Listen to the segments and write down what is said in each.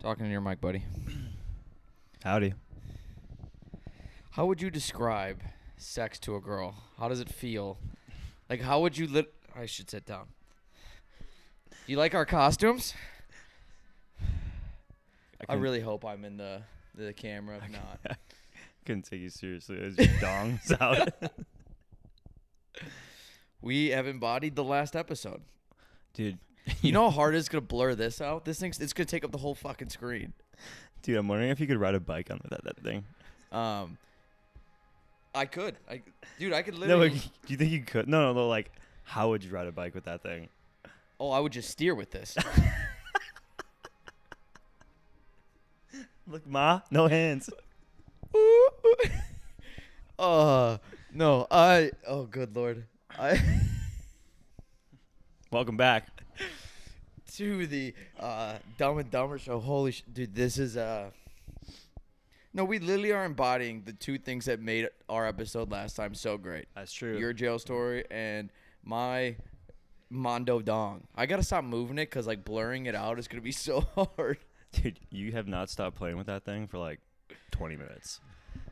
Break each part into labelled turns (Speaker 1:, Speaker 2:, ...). Speaker 1: Talking to your mic, buddy.
Speaker 2: Howdy.
Speaker 1: How would you describe sex to a girl? How does it feel? Like, how would you lit? I should sit down. You like our costumes? I,
Speaker 2: couldn't-
Speaker 1: really hope I'm in the the camera. If not,
Speaker 2: couldn't take you seriously as your dong was out.
Speaker 1: we have embodied the last episode.
Speaker 2: Dude,
Speaker 1: You know how hard it's gonna blur this out. This thing's it's gonna take up the whole fucking screen.
Speaker 2: dude, I'm wondering if you could ride a bike on that, that thing.
Speaker 1: Um, I could, I dude, I could
Speaker 2: No,
Speaker 1: literally.
Speaker 2: like, do you think you could? No, no, no, like, how would you ride a bike with that thing?
Speaker 1: oh, I would just steer with this.
Speaker 2: Look, ma, no hands.
Speaker 1: uh no, I. Oh, good lord, I.
Speaker 2: Welcome back.
Speaker 1: to the uh, Dumb and Dumber show. Holy sh- dude, this is uh No, we literally are embodying the two things that made our episode last time so great.
Speaker 2: That's true.
Speaker 1: Your jail story and my Mondo Dong. I gotta stop moving it because like blurring it out is gonna be so hard.
Speaker 2: dude, you have not stopped playing with that thing for like 20 minutes.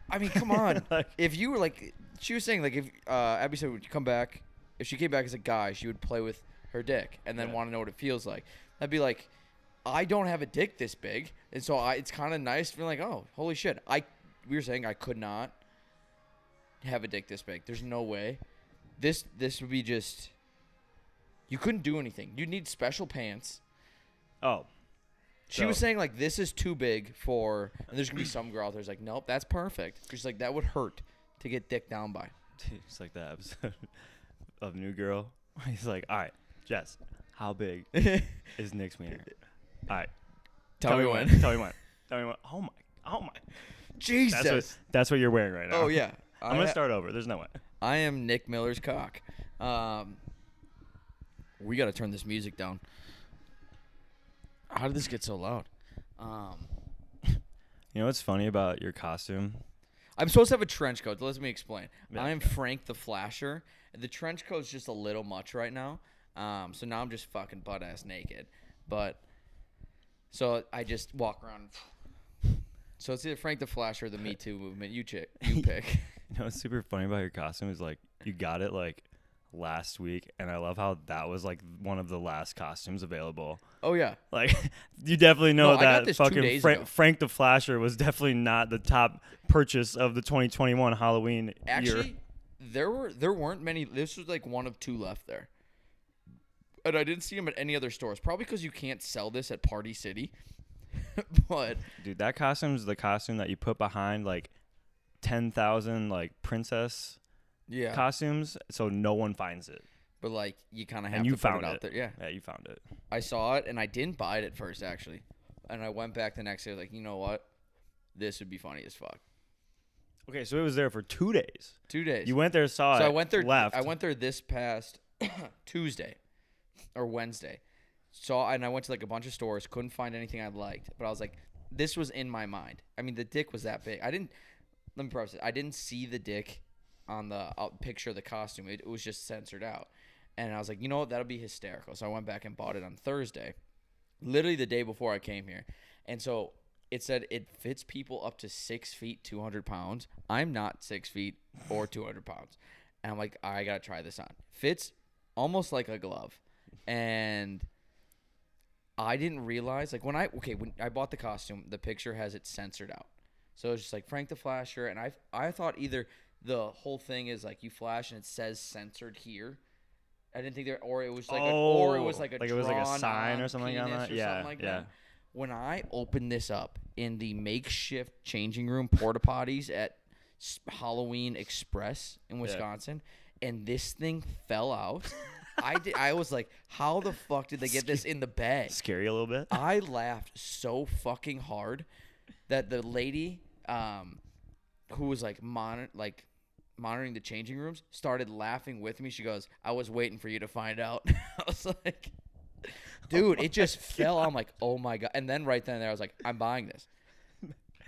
Speaker 1: I mean, come on.
Speaker 2: Like-
Speaker 1: if you were like, she was saying like, if uh, Abby said would you come back, if she came back as a guy, she would play with her dick and then
Speaker 2: Yeah.
Speaker 1: want to know what it feels like. I'd be like, I don't have a dick this big, and so I, it's kind of nice feeling like, oh, holy shit, I. We were saying I could not have a dick this big. There's no way. This this would be just. You couldn't do anything. You'd need special pants.
Speaker 2: Oh,
Speaker 1: She was
Speaker 2: So-
Speaker 1: saying like this is too big for, and there's gonna be some girl out there who's like, nope, that's perfect. She's like, that would hurt to get dick down by.
Speaker 2: dude, it's like that episode of New Girl. He's like, all right, Jess, how big is Nick's wiener? All right,
Speaker 1: Tell me when.
Speaker 2: Tell me when. Tell me when. Oh my. Oh my.
Speaker 1: Jesus.
Speaker 2: That's what, that's what you're wearing right now.
Speaker 1: oh yeah. I
Speaker 2: I'm gonna
Speaker 1: ha-
Speaker 2: start over. There's no way.
Speaker 1: I am Nick Miller's cock. Um, we gotta turn this music down. How did this get so loud? Um,
Speaker 2: You know what's funny about your costume?
Speaker 1: I'm supposed to have a trench coat. Let me explain.
Speaker 2: Yeah,
Speaker 1: I am Frank the Flasher. The trench coat's just a little much right now. Um, so now I'm just fucking butt ass naked. But so I just walk around. So it's either Frank the Flasher or the Me Too movement. You chick, you pick.
Speaker 2: You know what's super funny about your costume is like you got it like last week, and I love how that was like one of the last costumes available.
Speaker 1: oh yeah,
Speaker 2: Like you definitely know
Speaker 1: No, I got
Speaker 2: that
Speaker 1: this two
Speaker 2: fucking
Speaker 1: days
Speaker 2: Fra-
Speaker 1: ago.
Speaker 2: Frank the Flasher was definitely not the top purchase of the 2021 Halloween year.
Speaker 1: actually, there were there weren't many. This was like one of two left there, and I didn't see them at any other stores. Probably because you can't sell this at Party City. but
Speaker 2: Dude, that costume is the costume that you put behind like 10,000 like princess
Speaker 1: yeah,
Speaker 2: costumes, so no one finds it.
Speaker 1: but like you kind of have
Speaker 2: And you
Speaker 1: to put
Speaker 2: found
Speaker 1: it out there. Yeah,
Speaker 2: Yeah, you found it.
Speaker 1: I saw it and I didn't buy it at first actually, and I went back the next day like, you know what, this would be funny as fuck.
Speaker 2: Okay, so it was there for two days.
Speaker 1: Two days.
Speaker 2: You went there, saw
Speaker 1: so
Speaker 2: it.
Speaker 1: I went there.
Speaker 2: Left.
Speaker 1: I went there this past Tuesday or Wednesday. Saw and I went to like a bunch of stores. Couldn't find anything I liked, but I was like, this was in my mind. I mean, the dick was that big. I didn't. Let me preface it. I didn't see the dick on the out picture of the costume. It, it was just censored out. And I was like, you know what? That'll be hysterical. So I went back and bought it on Thursday, literally the day before I came here. And so it said it fits people up to six feet, 200 pounds. I'm not six feet or 200 pounds. And I'm like, I got to try this on. Fits almost like a glove. And I didn't realize, like, when I, okay, when I bought the costume, the picture has it censored out. So it's just like Frank the Flasher. And I, I thought either the whole thing is like you flash and it says censored here. I didn't think there, or it was like, a, or it was
Speaker 2: Oh,
Speaker 1: like a,
Speaker 2: like it was like a sign
Speaker 1: drawn-on
Speaker 2: or something on
Speaker 1: penis
Speaker 2: that?
Speaker 1: or
Speaker 2: Yeah,
Speaker 1: something like
Speaker 2: yeah.
Speaker 1: that. When I opened this up in the makeshift changing room porta potties at S- Halloween Express in Wisconsin, and this thing fell out, I did, I was like, how the fuck did they get this in the bag?
Speaker 2: Scary a little bit.
Speaker 1: I laughed so fucking hard that the lady um, who was like monitor like monitoring the changing rooms started laughing with me. She goes, "I was waiting for you to find out." I was like, "Dude, it just fell." I'm like, "Oh my god!" And then right then and there, I was like, "I'm buying this."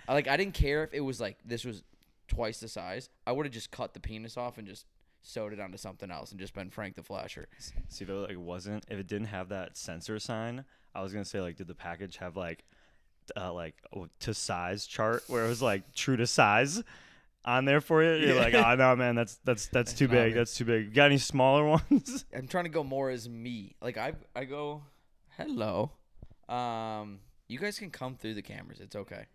Speaker 1: I, like I didn't care if it was like this was twice the size. I would have just cut the penis off and just sewed it onto something else and just been Frank the Flasher.
Speaker 2: See if it like wasn't if it didn't have that sensor sign, I was gonna say like did the package have like uh, like oh, to size chart where it was like true to size on there for you. You're
Speaker 1: Yeah.
Speaker 2: like, oh no, man, that's that's that's too
Speaker 1: not
Speaker 2: big.
Speaker 1: it.
Speaker 2: That's too big. Got any smaller ones?
Speaker 1: I'm trying to go more as me. Like I I go hello. Um you guys can come through the cameras. It's okay.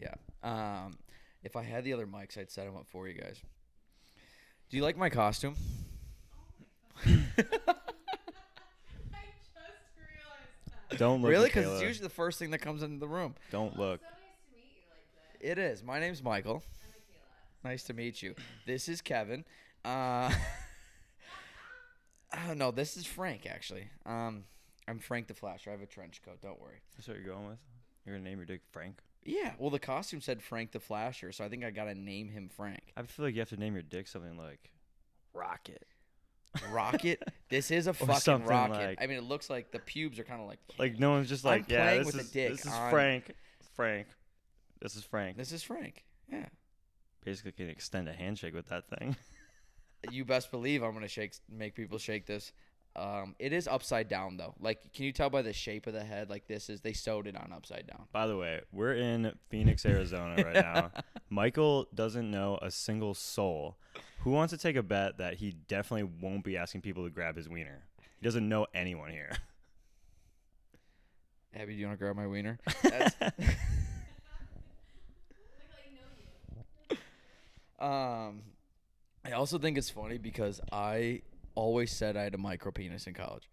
Speaker 1: Yeah. Um if I had the other mics, I'd set them up for you guys. Do you like my costume?
Speaker 3: I just realized that.
Speaker 2: Don't look.
Speaker 1: really?
Speaker 2: at
Speaker 1: Because it's
Speaker 2: Kayla.
Speaker 1: usually the first thing that comes into the room.
Speaker 2: don't look.
Speaker 3: So nice to meet you like that.
Speaker 1: It is. My name's Michael.
Speaker 3: I'm Michaela.
Speaker 1: Nice to meet you. This is Kevin. Uh, oh no, this is Frank actually. Um, I'm Frank the Flasher. I have a trench coat. Don't worry.
Speaker 2: That's what you're going with. You're gonna name your dick Frank.
Speaker 1: Yeah. Well, the costume said Frank the Flasher, so I think I gotta name him Frank.
Speaker 2: I feel like you have to name your dick something like Rocket.
Speaker 1: Rocket. this is a fucking
Speaker 2: something
Speaker 1: rocket.
Speaker 2: like-
Speaker 1: I mean, it looks like the pubes are kind of like.
Speaker 2: Like no one's just
Speaker 1: I'm
Speaker 2: like, yeah,
Speaker 1: playing
Speaker 2: this
Speaker 1: with a
Speaker 2: is
Speaker 1: dick
Speaker 2: this is
Speaker 1: on-
Speaker 2: Frank. Frank. This is Frank.
Speaker 1: This is Frank. Yeah.
Speaker 2: Basically, can extend a handshake with that thing.
Speaker 1: You best believe I'm gonna shake, make people shake this. Um, it is upside down though. Like, can you tell by the shape of the head? Like, this is they sewed it on upside down.
Speaker 2: By the way, we're in Phoenix, Arizona right now. Michael doesn't know a single soul. Who wants to take a bet that he definitely won't be asking people to grab his wiener? He doesn't know anyone here.
Speaker 1: Abby, do you want to grab my wiener? That's-
Speaker 3: Michaela, I know you.
Speaker 1: Um, I also think it's funny because I always said I had a micro penis in college,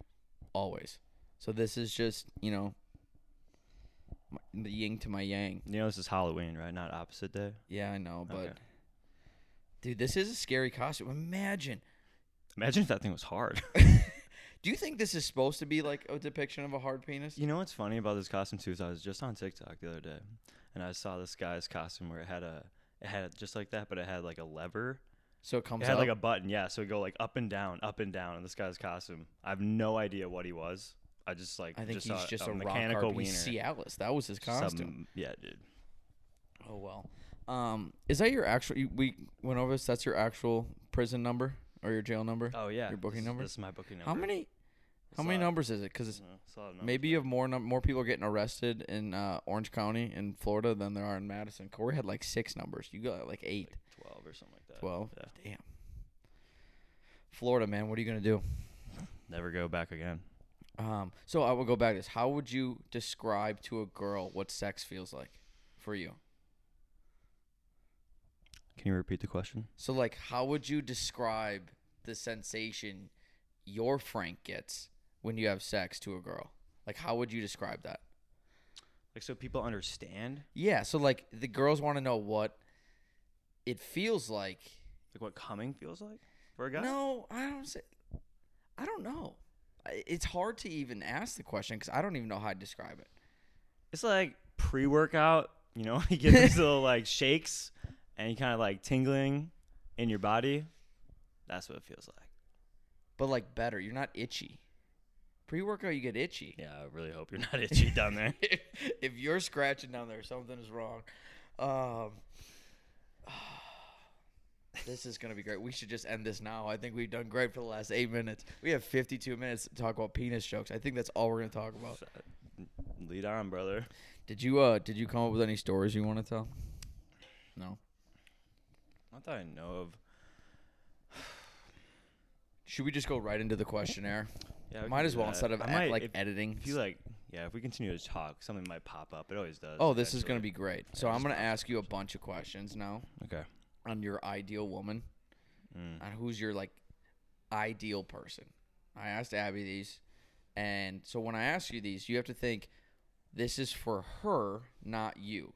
Speaker 1: always. So this is just you know my, the yin to my yang.
Speaker 2: You know, this is Halloween, right? Not opposite day.
Speaker 1: Yeah, I know, but
Speaker 2: Okay.
Speaker 1: dude, this is a scary costume. Imagine.
Speaker 2: Imagine if that thing was hard.
Speaker 1: Do you think this is supposed to be like a depiction of a hard penis?
Speaker 2: You know what's funny about this costume too is I was just on TikTok the other day, and I saw this guy's costume where it had a it had just like that, but it had like a lever.
Speaker 1: So it comes
Speaker 2: It had
Speaker 1: out.
Speaker 2: like a button, yeah. So it go like up and down, up and down. in this guy's costume, I have no idea what he was. I just like
Speaker 1: I think
Speaker 2: just
Speaker 1: he's
Speaker 2: saw
Speaker 1: just
Speaker 2: a,
Speaker 1: a, rock
Speaker 2: mechanical
Speaker 1: hard
Speaker 2: wiener.
Speaker 1: He's Cialis. That was his costume.
Speaker 2: Some- yeah, dude.
Speaker 1: Oh well. Um, is that your actual? you- We went over this. That's your actual prison number or your jail number?
Speaker 2: Oh yeah.
Speaker 1: Your booking
Speaker 2: this,
Speaker 1: number?
Speaker 2: This is my booking number.
Speaker 1: How many?
Speaker 2: It's
Speaker 1: How
Speaker 2: a
Speaker 1: many
Speaker 2: lot.
Speaker 1: numbers is it? Because
Speaker 2: Uh, it's a lot of numbers.
Speaker 1: maybe you have more num- more people are getting arrested in uh, Orange County in Florida than there are in Madison. Corey had like six numbers. You got like eight,
Speaker 2: Like twelve or something like that.
Speaker 1: twelve.
Speaker 2: Yeah.
Speaker 1: Damn. Florida, man, what are you gonna do?
Speaker 2: Never go back again.
Speaker 1: Um, so I will go back to this. How would you describe to a girl what sex feels like for you?
Speaker 2: Can you repeat the question?
Speaker 1: So like how would you describe the sensation your Frank gets when you have sex to a girl? Like how would you describe that?
Speaker 2: Like so people understand
Speaker 1: Yeah, so like the girls want to know what it feels like.
Speaker 2: like what coming feels like for a guy.
Speaker 1: No, I don't say I don't know. I- It's hard to even ask the question cuz I don't even know how to describe it.
Speaker 2: It's like pre workout, you know, you get these little like shakes and you kind of like tingling in your body. That's what it feels like.
Speaker 1: But like better, you're not itchy. Pre-workout you get itchy.
Speaker 2: Yeah, I really hope you're not itchy down there.
Speaker 1: if you're scratching down there, something is wrong. Um, this is gonna be great. We should just end this now. I think we've done great for the last eight minutes. We have 52 minutes to talk about penis jokes. I think that's all we're gonna talk about.
Speaker 2: Lead on, brother.
Speaker 1: Did you uh did you come up with any stories you want to tell? No.
Speaker 2: Not that I know of.
Speaker 1: Should we just go right into the questionnaire?
Speaker 2: Yeah, we
Speaker 1: might
Speaker 2: can
Speaker 1: as
Speaker 2: do
Speaker 1: well
Speaker 2: that.
Speaker 1: instead of
Speaker 2: I
Speaker 1: ed-
Speaker 2: might-
Speaker 1: like
Speaker 2: if,
Speaker 1: editing.
Speaker 2: If you like, yeah, if we continue to talk, something might pop up. It always does.
Speaker 1: oh, this is gonna
Speaker 2: actually.
Speaker 1: be great. So
Speaker 2: Yeah,
Speaker 1: I'm
Speaker 2: just
Speaker 1: gonna
Speaker 2: talk.
Speaker 1: ask you a bunch of questions now
Speaker 2: okay.
Speaker 1: on your ideal woman.
Speaker 2: Mm.
Speaker 1: on who's your like ideal person. I asked Abby these, and so when I ask you these, you have to think this is for her, not you.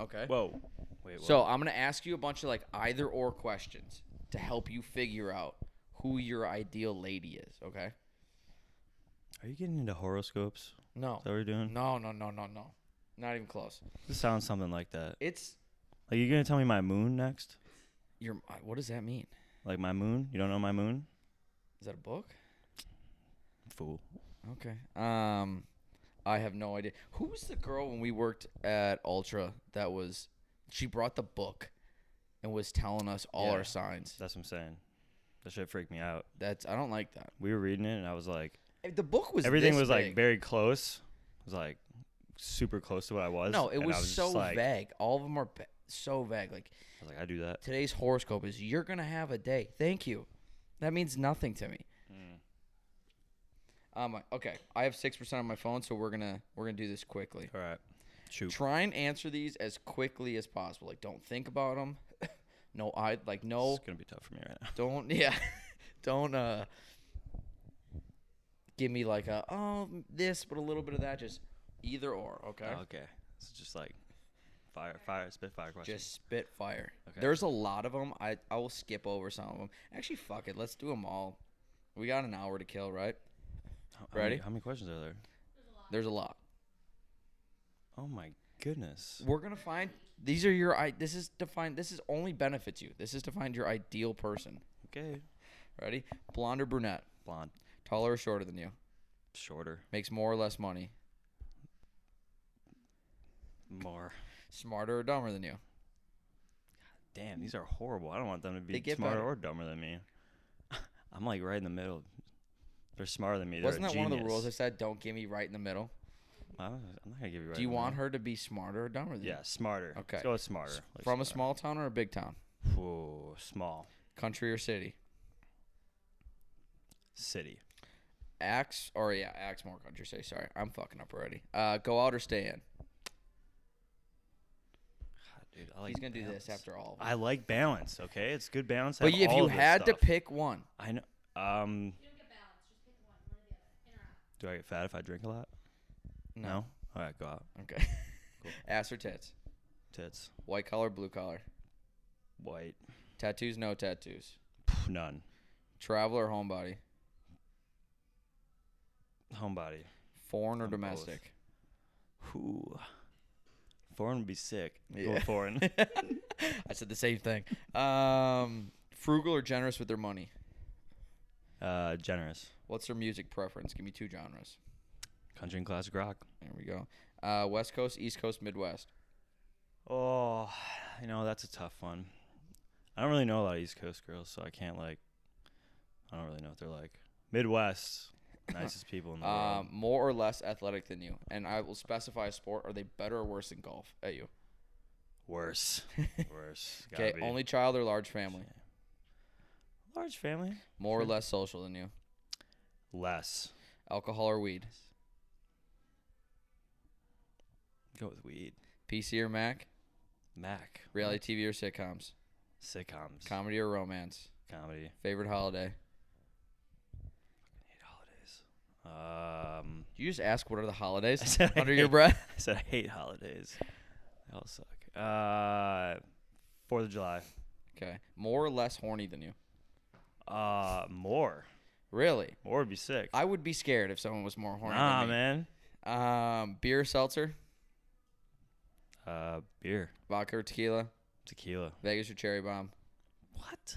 Speaker 1: Okay.
Speaker 2: Whoa. Wait. What?
Speaker 1: so I'm gonna ask you a bunch of like either or questions to help you figure out who your ideal lady is. Okay.
Speaker 2: are you getting into horoscopes?
Speaker 1: No.
Speaker 2: Is that what you're doing?
Speaker 1: No. No. No. No. No. Not even close.
Speaker 2: This sounds something like that.
Speaker 1: It's
Speaker 2: Like you gonna tell me my moon next?
Speaker 1: your. What does that mean?
Speaker 2: Like my moon? You don't know my moon?
Speaker 1: Is that a book?
Speaker 2: Fool.
Speaker 1: Okay. Um, I have no idea. Who was the girl when we worked at Ultra that was? She brought the book and was telling us all
Speaker 2: Yeah.
Speaker 1: our signs.
Speaker 2: That's what I'm saying. That shit freaked me out.
Speaker 1: That's I don't like that.
Speaker 2: We were reading it, and I was like,
Speaker 1: Eh, The book was
Speaker 2: everything
Speaker 1: this
Speaker 2: was like
Speaker 1: big.
Speaker 2: very close. It was like super close to what I was.
Speaker 1: No, it
Speaker 2: and I
Speaker 1: was,
Speaker 2: just
Speaker 1: so
Speaker 2: like,
Speaker 1: vague. All of them are ba- so vague. Like
Speaker 2: I was like, I do that.
Speaker 1: today's horoscope is you're gonna have a day. Thank you. That means nothing to me. Um. Okay, I have six percent on my phone, so we're gonna we're gonna do this quickly.
Speaker 2: All right, shoot.
Speaker 1: Try and answer these as quickly as possible. Like, don't think about them. no, I like no.
Speaker 2: It's gonna be tough for me right now.
Speaker 1: Don't yeah. don't uh. Give me like a oh this, but a little bit of that. Just either or. Okay.
Speaker 2: Okay, it's just like fire, fire, spit fire questions.
Speaker 1: Just spit fire.
Speaker 2: Okay.
Speaker 1: There's a lot of them. I, I will skip over some of them. Actually, fuck it. Let's do them all. We got an hour to kill, right?
Speaker 2: How- how
Speaker 1: ready?
Speaker 2: Many, how many questions are there?
Speaker 1: There's a lot.
Speaker 2: Oh my goodness.
Speaker 1: We're gonna find these are your. I this is to find. This is only benefits you. This is to find your ideal person.
Speaker 2: Okay.
Speaker 1: Ready? Blonde or brunette?
Speaker 2: Blonde,
Speaker 1: Taller or shorter than you?
Speaker 2: shorter,
Speaker 1: Makes more or less money?
Speaker 2: more.
Speaker 1: Smarter or dumber than you?
Speaker 2: Damn, these are horrible. I don't want them to
Speaker 1: They
Speaker 2: be
Speaker 1: get
Speaker 2: smarter
Speaker 1: better.
Speaker 2: or dumber than me. I'm like right in the middle. They're smarter than me. They're
Speaker 1: Wasn't
Speaker 2: a
Speaker 1: that one of the
Speaker 2: genius.
Speaker 1: rules I said? Don't give me right in the middle.
Speaker 2: I'm I'm not gonna give you. Right
Speaker 1: do you
Speaker 2: in the
Speaker 1: want
Speaker 2: middle.
Speaker 1: her to be smarter or dumber than
Speaker 2: Yeah, smarter.
Speaker 1: Okay.
Speaker 2: Let's go with smarter.
Speaker 1: you?
Speaker 2: Like
Speaker 1: From a
Speaker 2: smarter.
Speaker 1: small town or a big town?
Speaker 2: Whoa, small
Speaker 1: Country or city?
Speaker 2: city.
Speaker 1: Axe or yeah, axe more country say sorry. I'm fucking up already. Uh go out or stay in.
Speaker 2: God, dude, I like
Speaker 1: He's gonna do
Speaker 2: balance.
Speaker 1: this after all. of them.
Speaker 2: I like balance. Okay, it's good balance. to
Speaker 1: but
Speaker 2: have
Speaker 1: if
Speaker 2: all
Speaker 1: you
Speaker 2: of this
Speaker 1: had to
Speaker 2: stuff.
Speaker 1: pick one,
Speaker 2: I know. Um,
Speaker 3: You don't get balance. Just pick one, one or the other. In or out.
Speaker 2: do I get fat if I drink a lot?
Speaker 1: No.
Speaker 2: All right, go out.
Speaker 1: okay.
Speaker 2: Cool.
Speaker 1: Ass or tits?
Speaker 2: Tits.
Speaker 1: White collar, blue collar.
Speaker 2: White.
Speaker 1: Tattoos, no tattoos.
Speaker 2: Pff, None.
Speaker 1: Traveler, homebody.
Speaker 2: Homebody.
Speaker 1: Foreign or
Speaker 2: I'm both.
Speaker 1: domestic?
Speaker 2: Who? Foreign would be sick. Go
Speaker 1: Yeah.
Speaker 2: with foreign.
Speaker 1: I said the same thing. Um, frugal or generous with their money?
Speaker 2: uh, generous.
Speaker 1: What's their music preference? Give me two genres.
Speaker 2: Country and classic rock.
Speaker 1: There we go. Uh, West Coast, East Coast, Midwest.
Speaker 2: Oh, you know that's a tough one. I don't really know a lot of East Coast girls, so I can't like. I don't really know what they're like. Midwest, nicest people in the world.
Speaker 1: Um, more or less athletic than you, and I will specify a sport. Are they better or worse than golf at you?
Speaker 2: Worse, worse. Gotta
Speaker 1: Okay,
Speaker 2: be.
Speaker 1: only child or large family.
Speaker 2: large family.
Speaker 1: More or
Speaker 2: Sure.
Speaker 1: less social than you.
Speaker 2: Less.
Speaker 1: Alcohol or weed.
Speaker 2: Go with weed.
Speaker 1: PC or Mac.
Speaker 2: Mac.
Speaker 1: Reality TV or sitcoms.
Speaker 2: Sitcoms.
Speaker 1: Comedy or romance.
Speaker 2: comedy.
Speaker 1: Favorite holiday.
Speaker 2: Hate holidays. Um,
Speaker 1: You just ask what are the
Speaker 2: I
Speaker 1: holidays
Speaker 2: said I
Speaker 1: under your
Speaker 2: hate-
Speaker 1: breath.
Speaker 2: I said I hate holidays. They all suck. Uh, Fourth of July.
Speaker 1: Okay, more or less horny than you.
Speaker 2: Uh, more.
Speaker 1: Really,
Speaker 2: More would be sick.
Speaker 1: I would be scared if someone was more horny.
Speaker 2: Nah,
Speaker 1: than me.
Speaker 2: man.
Speaker 1: Um, beer, or seltzer,
Speaker 2: Uh, beer,
Speaker 1: vodka, or tequila.
Speaker 2: tequila.
Speaker 1: Vegas or cherry bomb.
Speaker 2: What?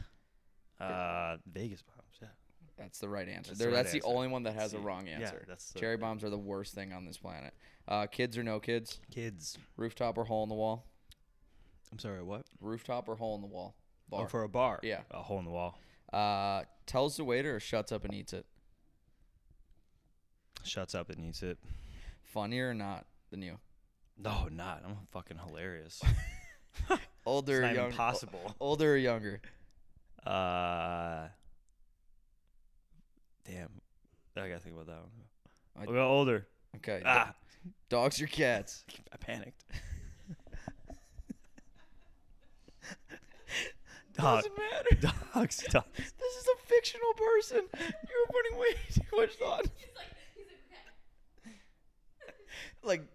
Speaker 2: Uh, Vegas bombs. Yeah.
Speaker 1: That's the right answer.
Speaker 2: That's
Speaker 1: That's,
Speaker 2: the
Speaker 1: there,
Speaker 2: right
Speaker 1: that's
Speaker 2: answer.
Speaker 1: the only one that has a
Speaker 2: See,
Speaker 1: wrong
Speaker 2: yeah,
Speaker 1: answer.
Speaker 2: that's the-
Speaker 1: Cherry bombs are the worst thing on this planet. Uh, kids or no kids?
Speaker 2: Kids.
Speaker 1: Rooftop or hole in the wall?
Speaker 2: I'm sorry. What?
Speaker 1: Rooftop or hole in the wall?
Speaker 2: Oh,
Speaker 1: Bar.
Speaker 2: for a bar.
Speaker 1: Yeah.
Speaker 2: A hole in the wall.
Speaker 1: Uh, tells the waiter or shuts up and eats it.
Speaker 2: Shuts up and eats it.
Speaker 1: Funnier or not than you?
Speaker 2: No, not. I'm fucking hilarious.
Speaker 1: Older
Speaker 2: it's
Speaker 1: or
Speaker 2: not
Speaker 1: younger?
Speaker 2: even possible.
Speaker 1: Older or younger?
Speaker 2: Uh, damn. I gotta think about that one.
Speaker 1: I-
Speaker 2: I got older.
Speaker 1: Okay. do-
Speaker 2: Ah,
Speaker 1: Dogs or cats?
Speaker 2: I panicked. Dog,
Speaker 1: Doesn't matter.
Speaker 2: dogs, dogs.
Speaker 1: This is a fictional person. You're putting way too much thought.
Speaker 3: He's like, he's like, okay.
Speaker 1: Like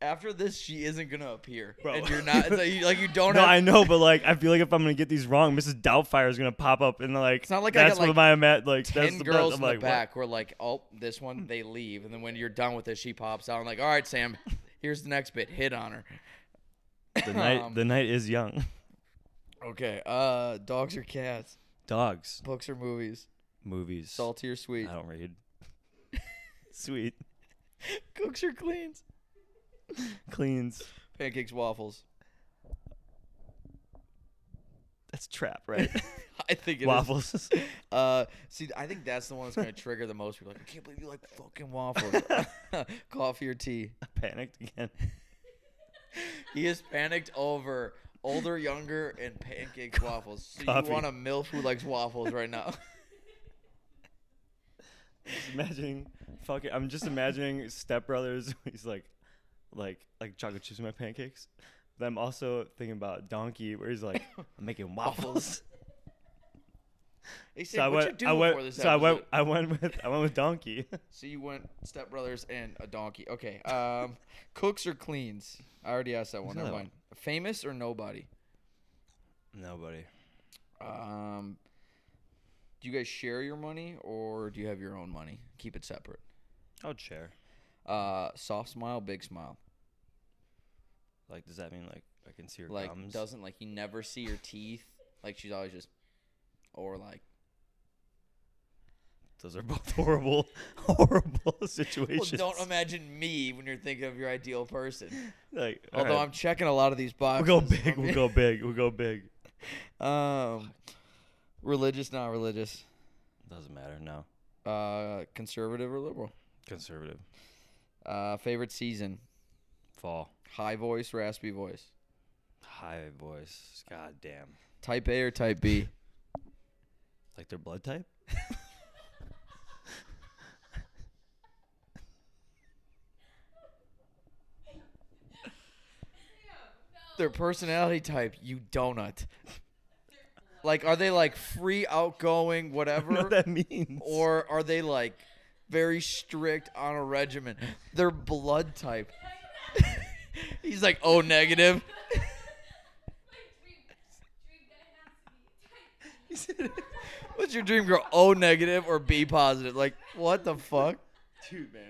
Speaker 1: after this, she isn't gonna appear,
Speaker 2: Bro.
Speaker 1: and you're not. It's like, you, like you don't.
Speaker 2: No,
Speaker 1: have,
Speaker 2: I know, but like, I feel like if I'm gonna get these wrong, Mrs. Doubtfire is gonna pop up and like,
Speaker 1: It's not like I
Speaker 2: that's
Speaker 1: got, like,
Speaker 2: what my ima- like that's
Speaker 1: ten
Speaker 2: the
Speaker 1: girls
Speaker 2: best.
Speaker 1: in the
Speaker 2: I'm like, what?
Speaker 1: back were like, "Oh, this one." They leave, and then when you're done with it, she pops out. I'm like, "All right, Sam, here's the next bit. Hit on her."
Speaker 2: The night,
Speaker 1: Um,
Speaker 2: the night is young.
Speaker 1: Okay. Uh, dogs or cats?
Speaker 2: Dogs,
Speaker 1: Books or movies?
Speaker 2: movies.
Speaker 1: Salty or sweet?
Speaker 2: I don't read. Sweet,
Speaker 1: Cooks or cleans?
Speaker 2: cleans.
Speaker 1: Pancakes, waffles.
Speaker 2: That's trap, right?
Speaker 1: I think it is.
Speaker 2: waffles.
Speaker 1: Uh, see, I think that's the one that's gonna trigger the most people. Like, I can't believe you like fucking waffles, coffee or tea.
Speaker 2: Panicked again.
Speaker 1: He is panicked over older, younger, and pancake waffles. So
Speaker 2: Coffee.
Speaker 1: you want a milf who likes waffles right now?
Speaker 2: Just imagining fucking I'm just imagining Step Brothers he's like like like chocolate chips in my pancakes. But I'm also thinking about Donkey where he's like, I'm making waffles.
Speaker 1: They said,
Speaker 2: so I
Speaker 1: "What
Speaker 2: went,
Speaker 1: you do
Speaker 2: I
Speaker 1: before
Speaker 2: went
Speaker 1: this
Speaker 2: so I went
Speaker 1: episode?"
Speaker 2: I went with I went with Donkey.
Speaker 1: So you went Step Brothers and a donkey. Okay. Um, cooks or cleans? I already asked that one.
Speaker 2: What's
Speaker 1: Never
Speaker 2: that
Speaker 1: mind. Famous or nobody?
Speaker 2: Nobody.
Speaker 1: Um, do you guys share your money or do you have your own money? Keep it separate.
Speaker 2: I would share.
Speaker 1: Uh, soft smile, big smile.
Speaker 2: Like does that mean like I can see your
Speaker 1: like
Speaker 2: gums?
Speaker 1: doesn't like you never see your teeth. Like she's always just, or like
Speaker 2: Those are both horrible horrible
Speaker 1: well,
Speaker 2: situations.
Speaker 1: don't imagine me when you're thinking of your ideal person.
Speaker 2: like all
Speaker 1: Although
Speaker 2: right,
Speaker 1: I'm checking a lot of these
Speaker 2: we'll
Speaker 1: boxes.
Speaker 2: go big,
Speaker 1: I'm-
Speaker 2: we'll go big, we'll go big.
Speaker 1: Um, religious, not religious.
Speaker 2: Doesn't matter, no.
Speaker 1: Uh, conservative or liberal.
Speaker 2: Conservative.
Speaker 1: Uh, favorite season:
Speaker 2: Fall.
Speaker 1: high voice, raspy voice.
Speaker 2: High voice. God damn.
Speaker 1: Type A or Type B.
Speaker 2: Like their blood type?
Speaker 1: Their personality type, you donut. Like, are they like free, outgoing, whatever?
Speaker 2: what that means.
Speaker 1: or are they like very strict on a regimen? Their blood type. He's like O negative.
Speaker 3: My dream, dream guy has to be tight.
Speaker 1: What's your dream girl? O negative or B positive? Like what the fuck?
Speaker 2: dude, man.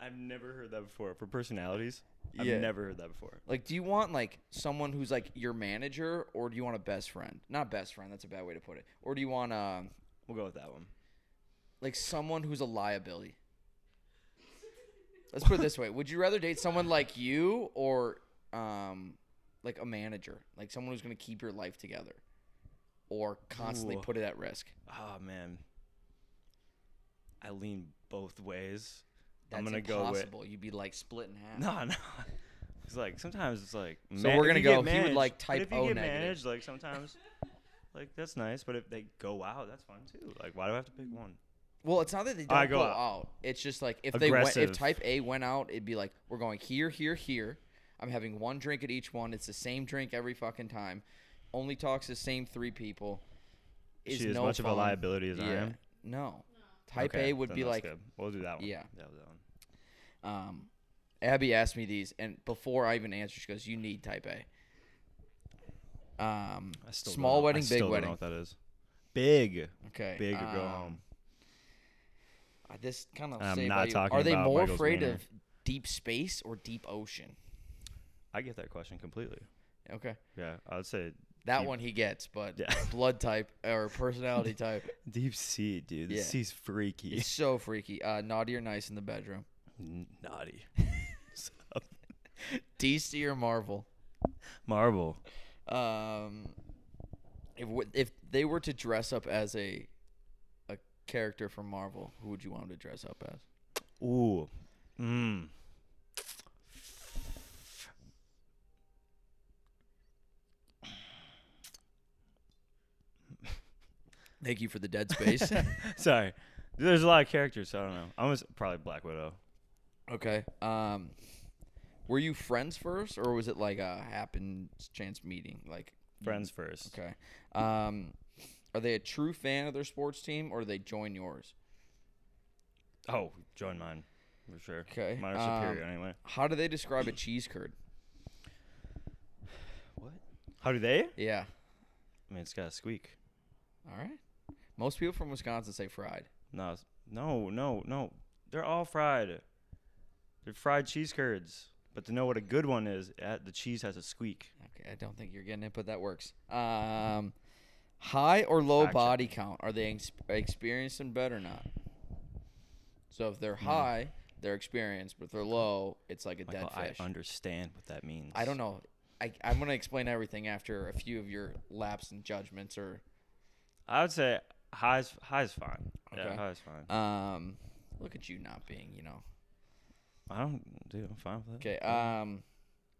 Speaker 2: I've never heard that before. For personalities,
Speaker 1: Yeah.
Speaker 2: I've never heard that before.
Speaker 1: Like, do you want like someone who's like your manager, or do you want a best friend? Not best friend. That's a bad way to put it. Or do you want um
Speaker 2: We'll go with that one.
Speaker 1: like someone who's a liability? Let's put it this way: Would you rather date someone like you or um like a manager, like someone who's gonna keep your life together, or constantly
Speaker 2: Ooh.
Speaker 1: put it at risk?
Speaker 2: Oh man. I lean both ways.
Speaker 1: That's
Speaker 2: I'm gonna
Speaker 1: impossible. You'd be like split in half.
Speaker 2: go with No, no. It's like sometimes it's like
Speaker 1: So
Speaker 2: man-
Speaker 1: we're
Speaker 2: if
Speaker 1: gonna
Speaker 2: you get
Speaker 1: go, he would,
Speaker 2: managed-
Speaker 1: like,
Speaker 2: but
Speaker 1: type
Speaker 2: if you
Speaker 1: O
Speaker 2: get
Speaker 1: negative.
Speaker 2: managed, like sometimes like that's nice, but if they go out, that's fun too. Like why do I have to pick one?
Speaker 1: Well, it's not that they
Speaker 2: I
Speaker 1: don't go,
Speaker 2: go
Speaker 1: out.
Speaker 2: out.
Speaker 1: It's just like if they went, if
Speaker 2: Aggressive.
Speaker 1: type A went out, it'd be like we're going here, here, here. I'm having one drink at each one. It's the same drink every fucking time. Only talks to the same three people. Is
Speaker 2: she as
Speaker 1: no
Speaker 2: much of a
Speaker 1: fun.
Speaker 2: liability as I am.
Speaker 1: No.
Speaker 3: No.
Speaker 1: Type
Speaker 2: Okay,
Speaker 1: A would
Speaker 2: then
Speaker 1: be
Speaker 2: that's
Speaker 1: like
Speaker 2: good. we'll do that one.
Speaker 1: Yeah.
Speaker 2: that was that one.
Speaker 1: um, Abby asked me these, and before I even answered, she goes, "You need type A." Um,
Speaker 2: I still
Speaker 1: small
Speaker 2: don't know-
Speaker 1: wedding,
Speaker 2: I
Speaker 1: big
Speaker 2: still
Speaker 1: wedding.
Speaker 2: Don't know what that is. Big,
Speaker 1: Okay,
Speaker 2: big or go
Speaker 1: um,
Speaker 2: home.
Speaker 1: I- This kind of.
Speaker 2: I'm
Speaker 1: saved
Speaker 2: not
Speaker 1: by you.
Speaker 2: talking
Speaker 1: Are they
Speaker 2: about
Speaker 1: more
Speaker 2: Michael's
Speaker 1: afraid
Speaker 2: wiener.
Speaker 1: of deep space or deep ocean?
Speaker 2: I get that question completely.
Speaker 1: Okay.
Speaker 2: Yeah, I would say
Speaker 1: That
Speaker 2: Deep-
Speaker 1: one he gets, but
Speaker 2: Yeah.
Speaker 1: blood type or personality type
Speaker 2: deep sea, dude. The
Speaker 1: Yeah.
Speaker 2: sea's freaky,
Speaker 1: is so freaky. Uh, naughty or nice in the bedroom?
Speaker 2: N- naughty. Sup?
Speaker 1: DC or Marvel?
Speaker 2: Marvel.
Speaker 1: Um, if w- if they were to dress up as a a character from Marvel, who would you want them to dress up as?
Speaker 2: Ooh, mm.
Speaker 1: Thank you for the dead space.
Speaker 2: Sorry, there's a lot of characters. So I don't know. I'm gonna s- probably Black Widow.
Speaker 1: okay. Um, were you friends first, or was it like a happen chance meeting? Like
Speaker 2: Friends first.
Speaker 1: Mm. Okay. Um, are they a true fan of their sports team, or do they join yours?
Speaker 2: Oh, join mine for sure.
Speaker 1: Okay,
Speaker 2: mine are
Speaker 1: um,
Speaker 2: superior anyway.
Speaker 1: How do they describe a cheese curd?
Speaker 2: What? How do they?
Speaker 1: Yeah.
Speaker 2: I mean, it's got a squeak.
Speaker 1: All right. Most people from Wisconsin say fried.
Speaker 2: No, it's- no, no, no. They're all fried. They're fried cheese curds. But to know what a good one is, uh, the cheese has a squeak.
Speaker 1: Okay, I don't think you're getting it, but that works. Um, high or low
Speaker 2: Fact
Speaker 1: body count? Are they ex- experienced and better or not? So if they're high, they're experienced, but if they're low, it's Hmm. like a
Speaker 2: Michael,
Speaker 1: dead
Speaker 2: I
Speaker 1: fish. I,
Speaker 2: understand what that means.
Speaker 1: don't know. I, I'm going to explain everything after a few of your laps and judgments or
Speaker 2: I would say high's high's fine. Yeah,
Speaker 1: Okay.
Speaker 2: high's fine.
Speaker 1: Um, look at you not being, you know.
Speaker 2: I don't, dude. I'm fine with it.
Speaker 1: Okay. Um,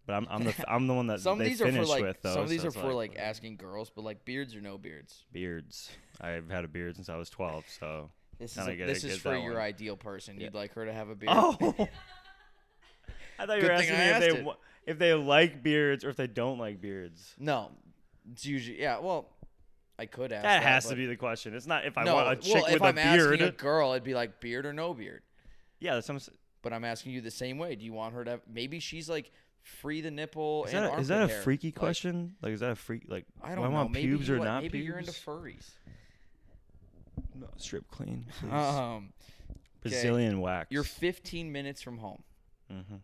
Speaker 2: But I'm I'm the f- I'm the one that
Speaker 1: some of
Speaker 2: they
Speaker 1: these are
Speaker 2: finished
Speaker 1: for like
Speaker 2: with though.
Speaker 1: some of
Speaker 2: so
Speaker 1: these are
Speaker 2: it's
Speaker 1: for like,
Speaker 2: whatever.
Speaker 1: asking girls, but like beards or no beards.
Speaker 2: beards. I've had a beard since I was 12, so
Speaker 1: This is
Speaker 2: Kinda
Speaker 1: a-
Speaker 2: gotta
Speaker 1: this is
Speaker 2: get
Speaker 1: for
Speaker 2: that
Speaker 1: your
Speaker 2: one.
Speaker 1: ideal person.
Speaker 2: Yeah.
Speaker 1: You'd like her to have a beard.
Speaker 2: Oh. I thought you
Speaker 1: Good
Speaker 2: were
Speaker 1: thing
Speaker 2: asking me
Speaker 1: I
Speaker 2: if
Speaker 1: asked
Speaker 2: they
Speaker 1: it.
Speaker 2: wa- if they like beards or if they don't like beards.
Speaker 1: no, it's usually yeah. Well, I could ask.
Speaker 2: That has
Speaker 1: but-
Speaker 2: to be the question. It's not if I
Speaker 1: no,
Speaker 2: want a chick
Speaker 1: well,
Speaker 2: with
Speaker 1: if
Speaker 2: a
Speaker 1: I'm
Speaker 2: beard.
Speaker 1: asking a girl, it'd be like beard or no beard.
Speaker 2: yeah, that's some. Is
Speaker 1: But I'm asking you the same way. Do you want her to? Have, maybe she's like free the nipple. and
Speaker 2: that a, is
Speaker 1: armpit
Speaker 2: that a
Speaker 1: hair.
Speaker 2: freaky
Speaker 1: Like,
Speaker 2: question? Like, is that a freak? Like,
Speaker 1: I don't
Speaker 2: I
Speaker 1: know.
Speaker 2: want
Speaker 1: maybe
Speaker 2: pubes
Speaker 1: you
Speaker 2: or
Speaker 1: like-
Speaker 2: not
Speaker 1: Maybe
Speaker 2: pubes?
Speaker 1: you're into furries.
Speaker 2: no, strip clean. please.
Speaker 1: Um,
Speaker 2: Brazilian wax.
Speaker 1: you're 15 minutes from home,
Speaker 2: mm-hmm.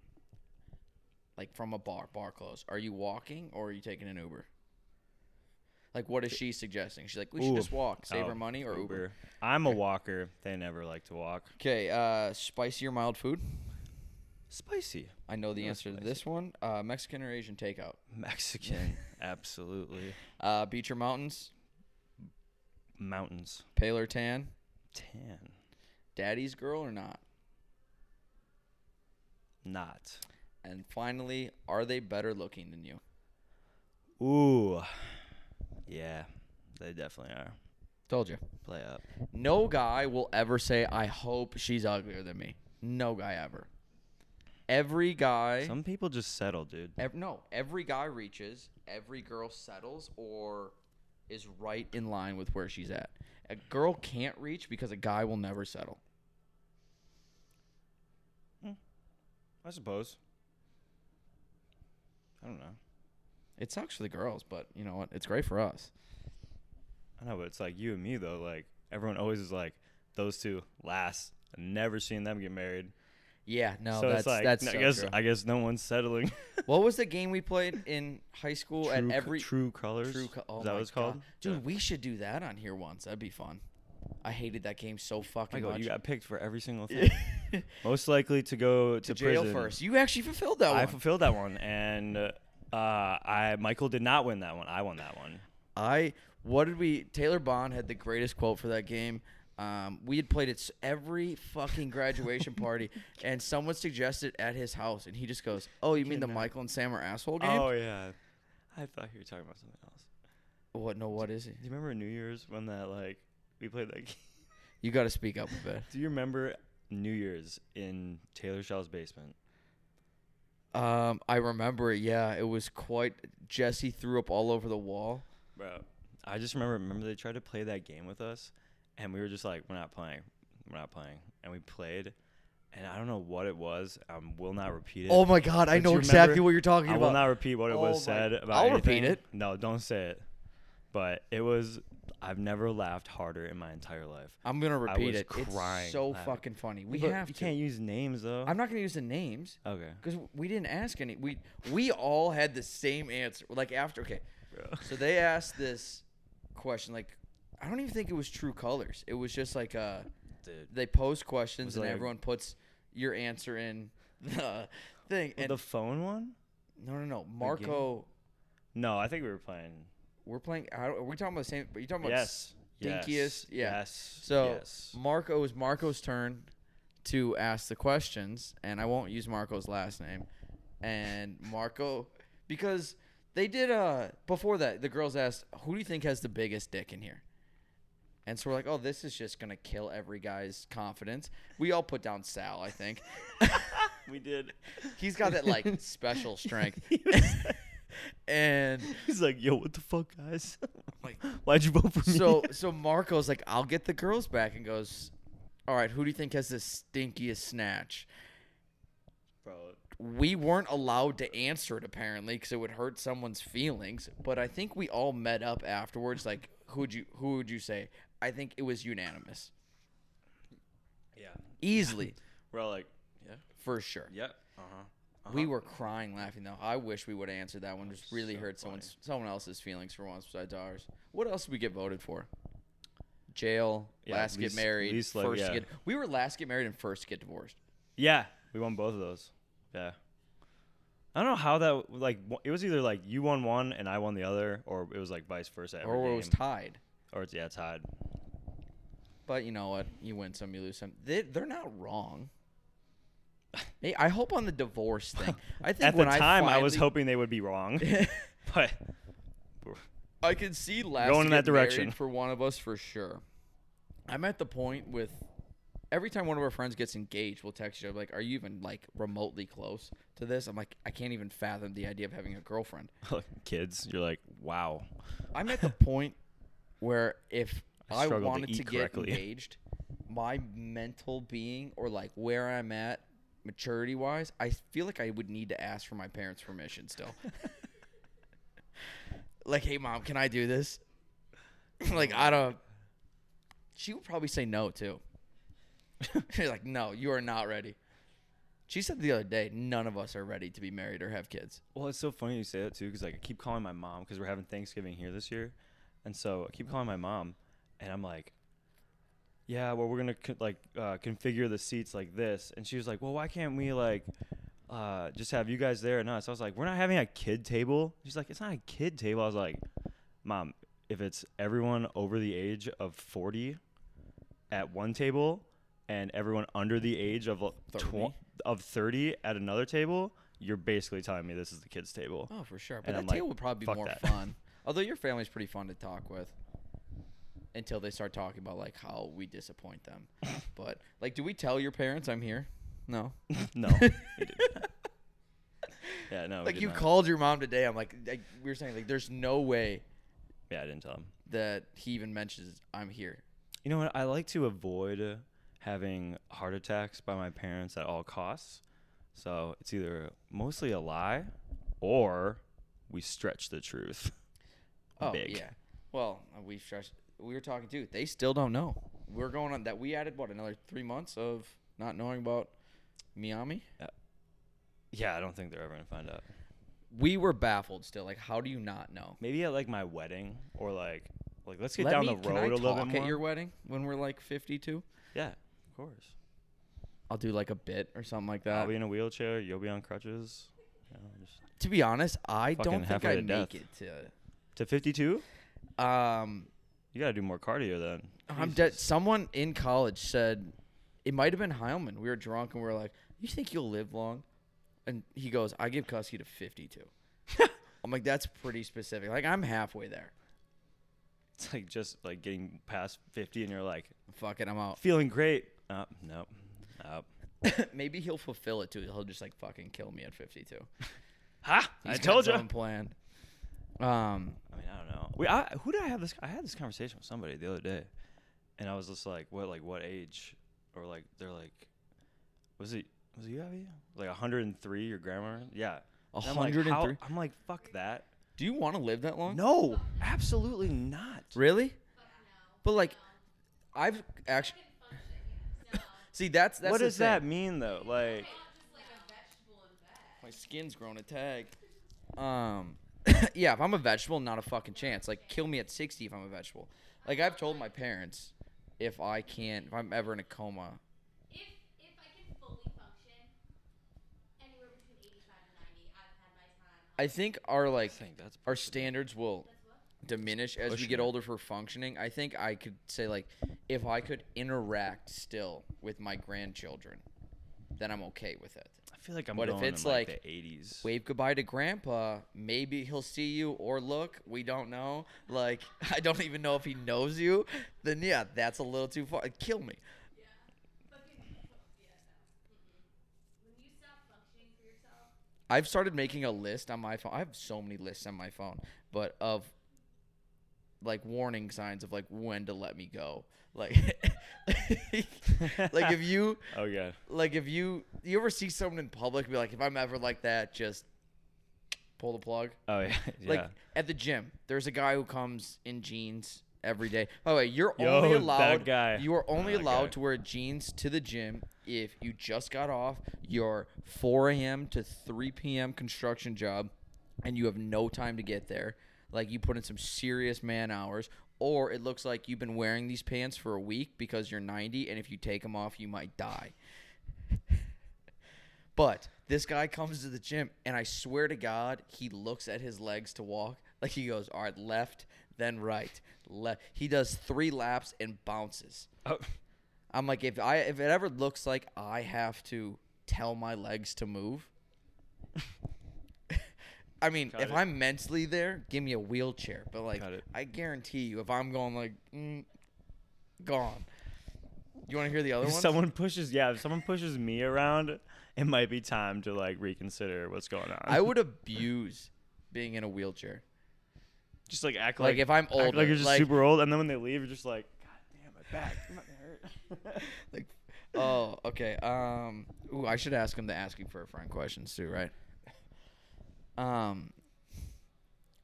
Speaker 1: like from a bar. Bar close. Are you walking or are you taking an Uber? Like, what is she suggesting? She's like, we should
Speaker 2: Ooh,
Speaker 1: just walk, save
Speaker 2: oh,
Speaker 1: her money, or Uber.
Speaker 2: I'm a walker. They never like to walk.
Speaker 1: Okay, uh, spicy or mild food?
Speaker 2: Spicy.
Speaker 1: I know the
Speaker 2: Yeah,
Speaker 1: answer to
Speaker 2: spicy.
Speaker 1: this one. Uh, Mexican or Asian takeout?
Speaker 2: Mexican. Absolutely.
Speaker 1: Uh, beach or mountains?
Speaker 2: Mountains.
Speaker 1: Pale or tan?
Speaker 2: Tan.
Speaker 1: Daddy's girl or not?
Speaker 2: Not.
Speaker 1: And finally, are they better looking than you?
Speaker 2: Ooh. Yeah. They definitely are.
Speaker 1: Told you.
Speaker 2: Play up.
Speaker 1: No guy will ever say, I hope she's uglier than me. No guy ever. Every guy.
Speaker 2: Some people just settle, dude.
Speaker 1: Ev- no, every guy reaches, every girl settles or is right in line with where she's at. A girl can't reach because a guy will never settle.
Speaker 2: I suppose. I don't know.
Speaker 1: It sucks for the girls, but you know what? It's great for us.
Speaker 2: I know, but it's like you and me though. Like everyone always is like those two last. I've never seen them get married.
Speaker 1: Yeah, no,
Speaker 2: so
Speaker 1: that's
Speaker 2: it's like
Speaker 1: that's
Speaker 2: no, I
Speaker 1: so
Speaker 2: guess
Speaker 1: true.
Speaker 2: I guess no one's settling.
Speaker 1: What was the game we played in high school at
Speaker 2: true, co-
Speaker 1: every
Speaker 2: true colors.
Speaker 1: True Co- oh
Speaker 2: is that
Speaker 1: my
Speaker 2: what it's called?
Speaker 1: God. Dude, we should do that on here once. That'd be fun. I hated that game so fucking
Speaker 2: Michael,
Speaker 1: much.
Speaker 2: you got picked for every single thing. Most likely to go
Speaker 1: to
Speaker 2: to,
Speaker 1: jail
Speaker 2: prison.
Speaker 1: first. You actually fulfilled that
Speaker 2: I
Speaker 1: one.
Speaker 2: fulfilled that one, and uh, I Michael did not win that one. I won that one.
Speaker 1: I what did we? Taylor Bond had the greatest quote for that game. Um, we had played it s- every fucking graduation party, and someone suggested at his house, and he just goes, "Oh, you mean the
Speaker 2: Kidnap.
Speaker 1: Michael and Sam are asshole game?
Speaker 2: Oh, yeah, I thought you were talking about something else.
Speaker 1: What? No, what is it?
Speaker 2: Do you remember New Year's when that like we played that game?
Speaker 1: You got to speak up a bit.
Speaker 2: Do you remember New Year's in Taylor Shaw's basement?
Speaker 1: Um, I remember it. Yeah, it was quite. Jesse threw up all over the wall.
Speaker 2: Bro, I just remember. Remember they tried to play that game with us, and we were just like, "We're not playing. We're not playing." And we played, and I don't know what it was. I will not repeat it.
Speaker 1: Oh my god, I
Speaker 2: But do
Speaker 1: know
Speaker 2: you
Speaker 1: exactly
Speaker 2: remember?
Speaker 1: what you're talking
Speaker 2: I
Speaker 1: about.
Speaker 2: will not repeat what it
Speaker 1: Oh my-
Speaker 2: was said about.
Speaker 1: I'll repeat
Speaker 2: anything.
Speaker 1: it.
Speaker 2: No, don't say it. But it was. I've never laughed harder in my entire life.
Speaker 1: I'm gonna
Speaker 2: I
Speaker 1: repeat
Speaker 2: was
Speaker 1: it.
Speaker 2: crying
Speaker 1: it's so
Speaker 2: laughing.
Speaker 1: fucking funny. We
Speaker 2: But
Speaker 1: have
Speaker 2: You
Speaker 1: to.
Speaker 2: can't use names though.
Speaker 1: I'm not gonna use the names
Speaker 2: okay.
Speaker 1: because we didn't ask any. We we all had the same answer. Like after okay,
Speaker 2: Bro.
Speaker 1: so they asked this question. Like I don't even think it was True Colors. It was just like uh
Speaker 2: Dude.
Speaker 1: they post questions
Speaker 2: Was it
Speaker 1: and
Speaker 2: like a-
Speaker 1: everyone puts your answer in the thing. And
Speaker 2: the phone one?
Speaker 1: no no no Marco.
Speaker 2: No, I think we were playing.
Speaker 1: We're playing. I don't, are we talking about the same? Are you talking about
Speaker 2: Yes.
Speaker 1: stinkiest?
Speaker 2: Yes.
Speaker 1: yeah.
Speaker 2: Yes.
Speaker 1: So
Speaker 2: yes.
Speaker 1: Marco it was Marco's turn to ask the questions, and I won't use Marco's last name. And Marco, because they did uh before that, the girls asked, "Who do you think has the biggest dick in here?" And so we're like, "Oh, this is just gonna kill every guy's confidence." We all put down Sal, I think.
Speaker 2: we did.
Speaker 1: He's got that like special strength,
Speaker 2: He was-
Speaker 1: and
Speaker 2: He's like, yo, what the fuck, guys?
Speaker 1: like,
Speaker 2: Why'd you vote for me?
Speaker 1: so so Marco's like, I'll get the girls back, and goes, "All right, who do you think has the stinkiest snatch?"
Speaker 2: bro,
Speaker 1: we weren't allowed to answer it apparently because it would hurt someone's feelings. But I think we all met up afterwards. Like, who'd you who would you say? I think it was unanimous,
Speaker 2: yeah,
Speaker 1: easily
Speaker 2: we're all like, yeah,
Speaker 1: for sure.
Speaker 2: yeah, uh huh.
Speaker 1: Uh-huh. We were crying laughing though. I wish we would have answered that one. Just really
Speaker 2: so
Speaker 1: hurt someone's someone else's feelings for once besides ours. What else did we get voted for? Jail,
Speaker 2: Yeah,
Speaker 1: last
Speaker 2: least-
Speaker 1: get married,
Speaker 2: least like-
Speaker 1: first
Speaker 2: yeah.
Speaker 1: get. We were last get married and first get divorced.
Speaker 2: yeah, we won both of those. Yeah, I don't know how that like w- it was either like you won one and I won the other, or it was like vice versa. Every
Speaker 1: or it
Speaker 2: game.
Speaker 1: was tied.
Speaker 2: Or it's yeah, it's hot.
Speaker 1: But you know what? You win some, you lose some. They, they're not wrong. Hey, I hope on the divorce thing. I think
Speaker 2: At the
Speaker 1: when
Speaker 2: time,
Speaker 1: I,
Speaker 2: I was
Speaker 1: finally-
Speaker 2: hoping they would be wrong, but
Speaker 1: I could see last
Speaker 2: Going
Speaker 1: to
Speaker 2: in that
Speaker 1: get married
Speaker 2: direction.
Speaker 1: for one of us for sure. I'm at the point with every time one of our friends gets engaged, we'll text you. I'm like, "Are you even like remotely close to this?" I'm like, "I can't even fathom the idea of having a girlfriend."
Speaker 2: kids, you're like, wow.
Speaker 1: I'm at the point where if
Speaker 2: I
Speaker 1: I,
Speaker 2: struggled to
Speaker 1: wanted to,
Speaker 2: eat
Speaker 1: get
Speaker 2: correctly.
Speaker 1: engaged, my mental being or like where I'm at maturity wise, I feel like I would need to ask for my parents' permission still. like, hey mom, can I do this? like I don't she would probably say no too. She's like, no, you are not ready. She said the other day, none of us are ready to be married or have kids.
Speaker 2: Well, it's so funny you say that too, because like I keep calling my mom because we're having Thanksgiving here this year, and so I keep calling my mom, and I'm like, "Yeah, well, we're gonna co- like uh, configure the seats like this," and she was like, "Well, why can't we like uh, just have you guys there and us?" I was like, "We're not having a kid table." She's like, "It's not a kid table." I was like, "Mom, if it's everyone over the age of 40 at one table, and everyone under the age of l- tw-
Speaker 1: 30?
Speaker 2: of 30 at another table." You're basically telling me this is the kids' table.
Speaker 1: Oh, for sure. But
Speaker 2: And
Speaker 1: that
Speaker 2: I'm like,
Speaker 1: table would probably be
Speaker 2: "Fuck
Speaker 1: more
Speaker 2: that."
Speaker 1: fun. Although your family's pretty fun to talk with. Until they start talking about like how we disappoint them. but like do we tell your parents I'm here? No.
Speaker 2: No. we did not. Yeah, no. we
Speaker 1: like
Speaker 2: did
Speaker 1: you
Speaker 2: not.
Speaker 1: called your mom today. I'm like, like we were saying like there's no way
Speaker 2: Yeah, I didn't tell him.
Speaker 1: that he even mentions I'm here.
Speaker 2: You know what? I like to avoid uh, having heart attacks by my parents at all costs. So it's either mostly a lie, or we stretch the truth.
Speaker 1: Oh
Speaker 2: Big.
Speaker 1: yeah. Well, we stressed. We were talking too. They still don't know. We're going on that. We added what another three months of not knowing about Miami.
Speaker 2: Yeah, I don't think they're ever gonna find out.
Speaker 1: We were baffled still. Like, how do you not know?
Speaker 2: Maybe at like my wedding, or like, like let's get
Speaker 1: Let
Speaker 2: down
Speaker 1: me-
Speaker 2: the
Speaker 1: can I
Speaker 2: road a little
Speaker 1: talk
Speaker 2: bit more.
Speaker 1: At your wedding, when we're like fifty-two,
Speaker 2: yeah, of course.
Speaker 1: I'll do like a bit or something like
Speaker 2: I'll
Speaker 1: that.
Speaker 2: be in a wheelchair. You'll be on crutches. You know, just-
Speaker 1: to be honest, I
Speaker 2: Fucking
Speaker 1: don't think
Speaker 2: halfway
Speaker 1: I
Speaker 2: to
Speaker 1: make
Speaker 2: death.
Speaker 1: it
Speaker 2: to fifty-two,
Speaker 1: to. Um,
Speaker 2: you gotta do more cardio then.
Speaker 1: I'm
Speaker 2: Jesus.
Speaker 1: dead. Someone in college said it might have been Heilman. We were drunk and we were like, "You think you'll live long?" And he goes, "I give Cusky to 52." I'm like, "That's pretty specific. Like, I'm halfway there.
Speaker 2: It's like just like getting past 50 and you're like "Oh,
Speaker 1: Fuck it, I'm out.
Speaker 2: feeling great. Uh, nope. Nope.
Speaker 1: Maybe he'll fulfill it too. He'll just like fucking kill me at 52.
Speaker 2: Ha!
Speaker 1: He's
Speaker 2: I
Speaker 1: got
Speaker 2: told
Speaker 1: his
Speaker 2: you.
Speaker 1: own plan. Um,
Speaker 2: I mean, I don't know. Wait, I, who did I have this? I had this conversation with somebody the other day, and I was just like, what, like what age? Or like they're like, was it was it you Abby? Like 103? Your grandma? Yeah. And I'm like, how-
Speaker 1: 103?
Speaker 2: I'm like, fuck that.
Speaker 1: do you want to live that long?
Speaker 2: No, absolutely not.
Speaker 1: Really? But like, I've actually
Speaker 3: Fucking function, yes. No.
Speaker 1: see that's that's
Speaker 2: What
Speaker 1: the
Speaker 2: does
Speaker 1: thing.
Speaker 2: that mean though? Like,
Speaker 3: Not just like a vegetable in bed.
Speaker 1: My skin's grown a tag. Um, yeah, if I'm a vegetable, not a fucking chance. Like, kill me at 60 if I'm a vegetable. Like, I've told my parents if I can't, if I'm ever in a coma.
Speaker 3: If if I can fully function anywhere between 85 and 90, I've had my time.
Speaker 1: I think our
Speaker 2: I
Speaker 1: like
Speaker 2: think that's
Speaker 1: our standards will diminish as we
Speaker 2: Pushing
Speaker 1: get
Speaker 2: it.
Speaker 1: older for functioning. I think I could say like if I could interact still with my grandchildren, then I'm okay with it.
Speaker 2: I feel like I'm
Speaker 1: What if
Speaker 2: going
Speaker 1: it's
Speaker 2: in like,
Speaker 1: like-
Speaker 2: the 80s.
Speaker 1: wave goodbye to grandpa maybe he'll see you or look we don't know like i don't even know if he knows you then yeah that's a little too far kill me
Speaker 3: Fucking yeah, no. Mm-mm. When you stop functioning for yourself,
Speaker 1: i've started making a list on my phone i have so many lists on my phone but of like warning signs of like when to let me go like like if you
Speaker 2: Oh yeah.
Speaker 1: like if you you ever see someone in public be like if i'm ever like that just pull the plug
Speaker 2: Oh yeah. yeah.
Speaker 1: Like at the gym, there's a guy who comes in jeans every day. By the way, you're
Speaker 2: Yo,
Speaker 1: only
Speaker 2: that
Speaker 1: allowed
Speaker 2: guy.
Speaker 1: you are only
Speaker 2: That
Speaker 1: allowed
Speaker 2: guy.
Speaker 1: to wear jeans to the gym if you just got off your 4 a.m. to 3 p.m. construction job and you have no time to get there. Like you put in some serious man hours or it looks like you've been wearing these pants for a week because you're 90 and if you take them off you might die. But this guy comes to the gym, and I swear to God, he looks at his legs to walk. Like he goes, all right, left, then right, left. He does three laps and bounces.
Speaker 2: Oh,
Speaker 1: I'm like, if I if it ever looks like I have to tell my legs to move, I mean,
Speaker 2: Cut
Speaker 1: if
Speaker 2: it.
Speaker 1: I'm mentally there, give me a wheelchair. But like,
Speaker 2: Cut it.
Speaker 1: I guarantee you, if I'm going like, mm, gone. You want to hear the other
Speaker 2: if
Speaker 1: one?
Speaker 2: someone pushes, yeah, if someone pushes me around, it might be time to like reconsider what's going on.
Speaker 1: I would abuse being in a wheelchair.
Speaker 2: just like act
Speaker 1: Like,
Speaker 2: like,
Speaker 1: if I'm
Speaker 2: act
Speaker 1: older,
Speaker 2: like you're just
Speaker 1: like-
Speaker 2: super old, and then when they leave, you're just like, God damn, my back, I'm gonna hurt.
Speaker 1: Like, oh, okay. Um, ooh, I should ask him the asking for a friend questions too, right? Um.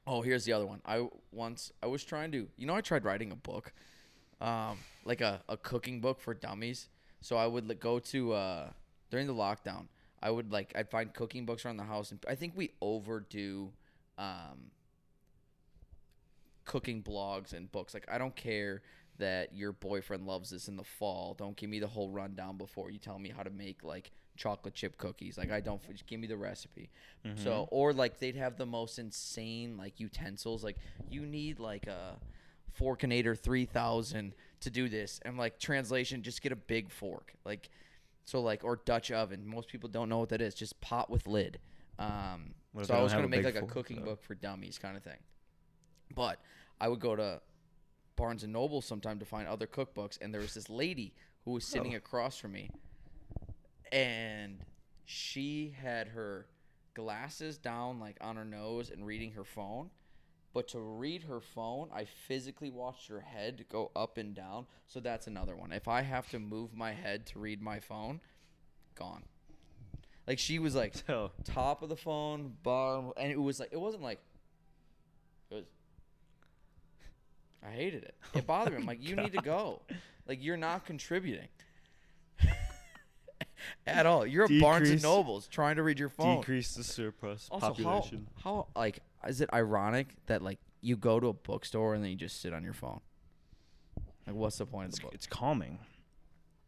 Speaker 1: Oh, here's the other one. I once I was trying to, you know, I tried writing a book, um, like a, a cooking book for dummies. So I would like, go to uh, during the lockdown. I would like I'd find cooking books around the house, and I think we overdo um, cooking blogs and books. Like I don't care that your boyfriend loves this in the fall. Don't give me the whole rundown before you tell me how to make like chocolate chip cookies. Like I don't just give me the recipe. So
Speaker 2: Mm-hmm.
Speaker 1: or like they'd have the most insane like utensils. Like you need like a Forkinator 3000 to do this. And like translation just get a big fork. Like so like or Dutch oven. Most people don't know what that is. Just pot with lid. Um
Speaker 2: What if
Speaker 1: so I
Speaker 2: they don't
Speaker 1: was
Speaker 2: have
Speaker 1: going to
Speaker 2: a
Speaker 1: make
Speaker 2: big
Speaker 1: like a
Speaker 2: fork, Uh.
Speaker 1: cooking
Speaker 2: though?
Speaker 1: book for dummies kind of thing. But I would go to Barnes and Noble sometime to find other cookbooks, and there was this lady who was sitting
Speaker 2: Oh.
Speaker 1: across from me, and she had her glasses down like on her nose and reading her phone. But to read her phone, I physically watched her head go up and down. So that's another one. If I have to move my head to read my phone, gone. Like she was like
Speaker 2: So
Speaker 1: top of the phone, bottom, and it was like it wasn't like it was. I hated it.
Speaker 2: Oh
Speaker 1: It bothered me. I'm like, you need to go. Like you're not contributing at all. You're a Barnes and
Speaker 2: Decrease-
Speaker 1: Nobles trying to read your phone.
Speaker 2: decrease the surplus
Speaker 1: also,
Speaker 2: population.
Speaker 1: how how like is it ironic that like you go to a bookstore and then you just sit on your phone? Like, what's the point of
Speaker 2: It's,
Speaker 1: the book?
Speaker 2: it's calming.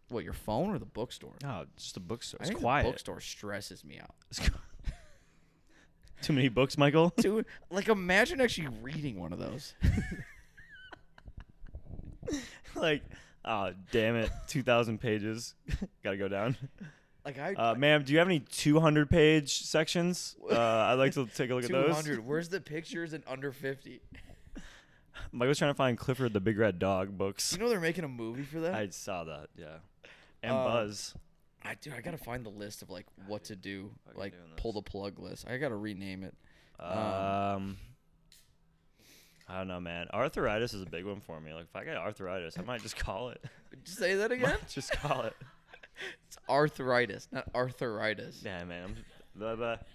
Speaker 1: What your phone or the bookstore?
Speaker 2: No, it's Oh, just a bookstore.
Speaker 1: I
Speaker 2: It's
Speaker 1: think
Speaker 2: quiet.
Speaker 1: The bookstore stresses me out.
Speaker 2: It's co- Too many books, Michael.
Speaker 1: Dude, like imagine actually reading one of those.
Speaker 2: like, oh damn it, two thousand pages. Gotta go down.
Speaker 1: Like I
Speaker 2: Uh, ma'am, do you have any two hundred page sections? Uh, I'd like to take a look at those.
Speaker 1: 200. Where's the pictures in under 50?
Speaker 2: Michael's trying to find Clifford the Big Red Dog books.
Speaker 1: You know they're making a movie for that?
Speaker 2: I saw that. Yeah, and
Speaker 1: Uh,
Speaker 2: Buzz.
Speaker 1: I dude, I gotta find the list of like what to do,
Speaker 2: fucking
Speaker 1: like
Speaker 2: doing
Speaker 1: pull the plug list. I gotta rename it.
Speaker 2: Um, I don't know, man. Arthritis is a big one for me. Like, if I get arthritis, I might just call it.
Speaker 1: Did you say that again?
Speaker 2: just call it.
Speaker 1: it's arthritis, not arthritis.
Speaker 2: Yeah, man. I'm blah, blah.
Speaker 3: Stop.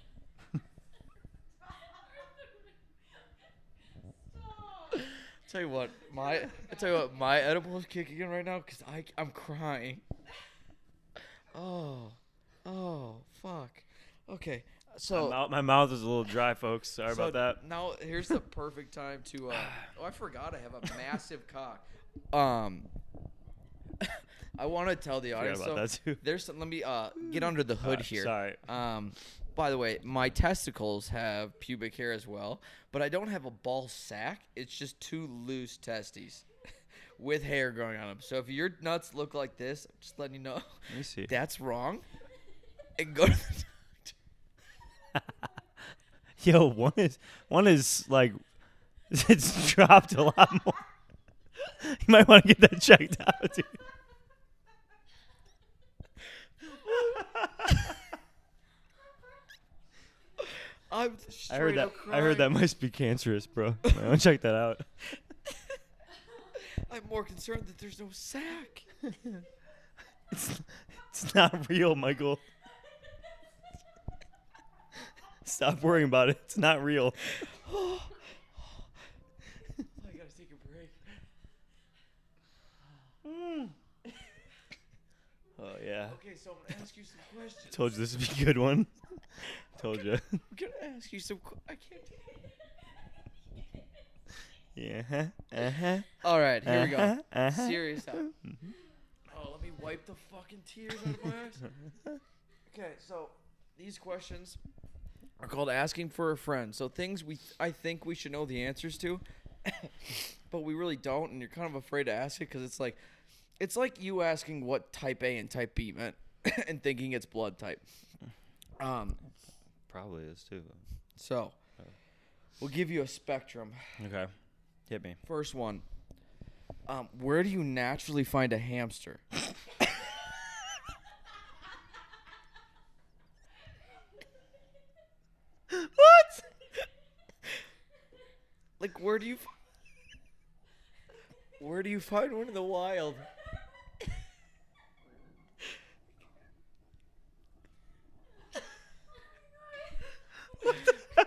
Speaker 1: Tell you what, my I tell you what, my edible is kicking in right now because I I'm crying. Oh, oh, fuck. Okay, so
Speaker 2: my, mouth, my mouth is a little dry, folks. Sorry
Speaker 1: So
Speaker 2: about that.
Speaker 1: Now here's the perfect time to. Uh, oh, I forgot I have a massive cock. Um, I want to tell the audience.
Speaker 2: about
Speaker 1: so
Speaker 2: that, too.
Speaker 1: There's some, let me uh get under the hood
Speaker 2: Uh,
Speaker 1: here.
Speaker 2: sorry.
Speaker 1: Um, by the way, my testicles have pubic hair as well, but I don't have a ball sack. It's just two loose testes. With hair growing on them, so if your nuts look like this, I'm just letting you know
Speaker 2: Let me see.
Speaker 1: that's wrong, and go to the doctor.
Speaker 2: Yo, one is one is like it's dropped a lot more. you might want to get that checked out, dude.
Speaker 1: I'm
Speaker 2: I heard
Speaker 1: straight
Speaker 2: that.
Speaker 1: up
Speaker 2: I heard that
Speaker 1: crying.
Speaker 2: must be cancerous, bro. I want to check that out.
Speaker 1: I'm more concerned that there's no sack.
Speaker 2: It's, it's not real, Michael. Stop worrying about it. It's not real.
Speaker 1: I gotta take a break.
Speaker 2: Oh yeah.
Speaker 1: Okay, so I'm gonna ask you some questions.
Speaker 2: Told you this would be a good one. Told you.
Speaker 1: I'm gonna ask you some. Qu- I can't. do it.
Speaker 2: yeah. Uh-huh. Uh-huh.
Speaker 1: All right, here we go.
Speaker 2: Uh-huh, uh-huh.
Speaker 1: Serious time. Oh, let me wipe the fucking tears out of my eyes. Okay, so these questions are called asking for a friend. So things we I think we should know the answers to, but we really don't, and you're kind of afraid to ask it because it's like, it's like you asking what type A and type B meant, and thinking it's blood type. Um,
Speaker 2: Probably is too.
Speaker 1: so we'll give you a spectrum.
Speaker 2: Okay, hit me.
Speaker 1: First one. Um, where do you naturally find a hamster? what? like where do you f- Where do you find one in the wild?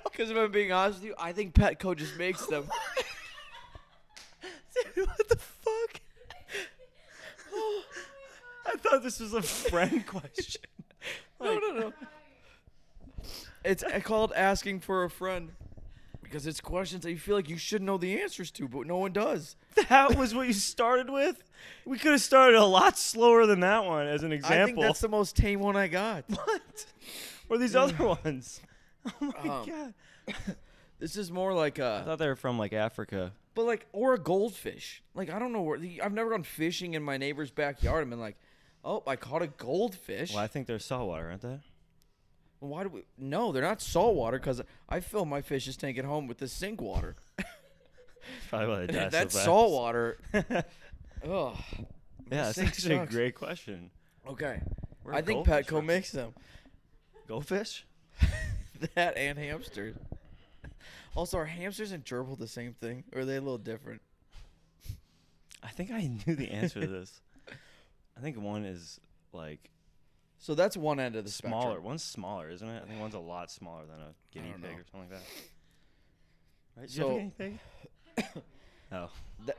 Speaker 1: Because if I'm being honest with you, I think Petco just makes them.
Speaker 2: Dude, what the fuck? I thought this was a friend question.
Speaker 1: no, no, no. It's called asking for a friend because it's questions that you feel like you should know the answers to, but no one does.
Speaker 2: That was what you started with? We could have started a lot slower than that one as an
Speaker 1: I think
Speaker 2: example.
Speaker 1: that's the most tame one I got.
Speaker 2: what? Or these other ones? Oh my
Speaker 1: Um,
Speaker 2: god.
Speaker 1: This is more like
Speaker 2: I
Speaker 1: a,
Speaker 2: thought they were from like Africa.
Speaker 1: but like or a goldfish. Like I don't know where the, I've never gone fishing in my neighbor's backyard and been like, oh, I caught a goldfish.
Speaker 2: Well, I think they're saltwater, aren't they?
Speaker 1: Why do we? No, they're not saltwater because I fill my fish's tank at home with the sink water.
Speaker 2: Probably why they die so
Speaker 1: that's
Speaker 2: fast.
Speaker 1: saltwater.
Speaker 2: yeah,
Speaker 1: Ugh. My
Speaker 2: that's
Speaker 1: sink
Speaker 2: actually a
Speaker 1: sucks.
Speaker 2: great question.
Speaker 1: Okay,
Speaker 2: Where
Speaker 1: I
Speaker 2: are
Speaker 1: think
Speaker 2: goldfish
Speaker 1: Petco
Speaker 2: from?
Speaker 1: makes them.
Speaker 2: Goldfish?
Speaker 1: that and hamsters. Also, are hamsters and gerbil the same thing, or are they a little different?
Speaker 2: I think I knew the answer to this. I think one is like
Speaker 1: So that's one end of the
Speaker 2: smaller.
Speaker 1: spectrum.
Speaker 2: One's smaller, isn't it? I think one's a lot smaller than a guinea
Speaker 1: don't
Speaker 2: pig
Speaker 1: know.
Speaker 2: or something like that. Right? Do you have a
Speaker 1: So-
Speaker 2: guinea pig? oh,
Speaker 1: That-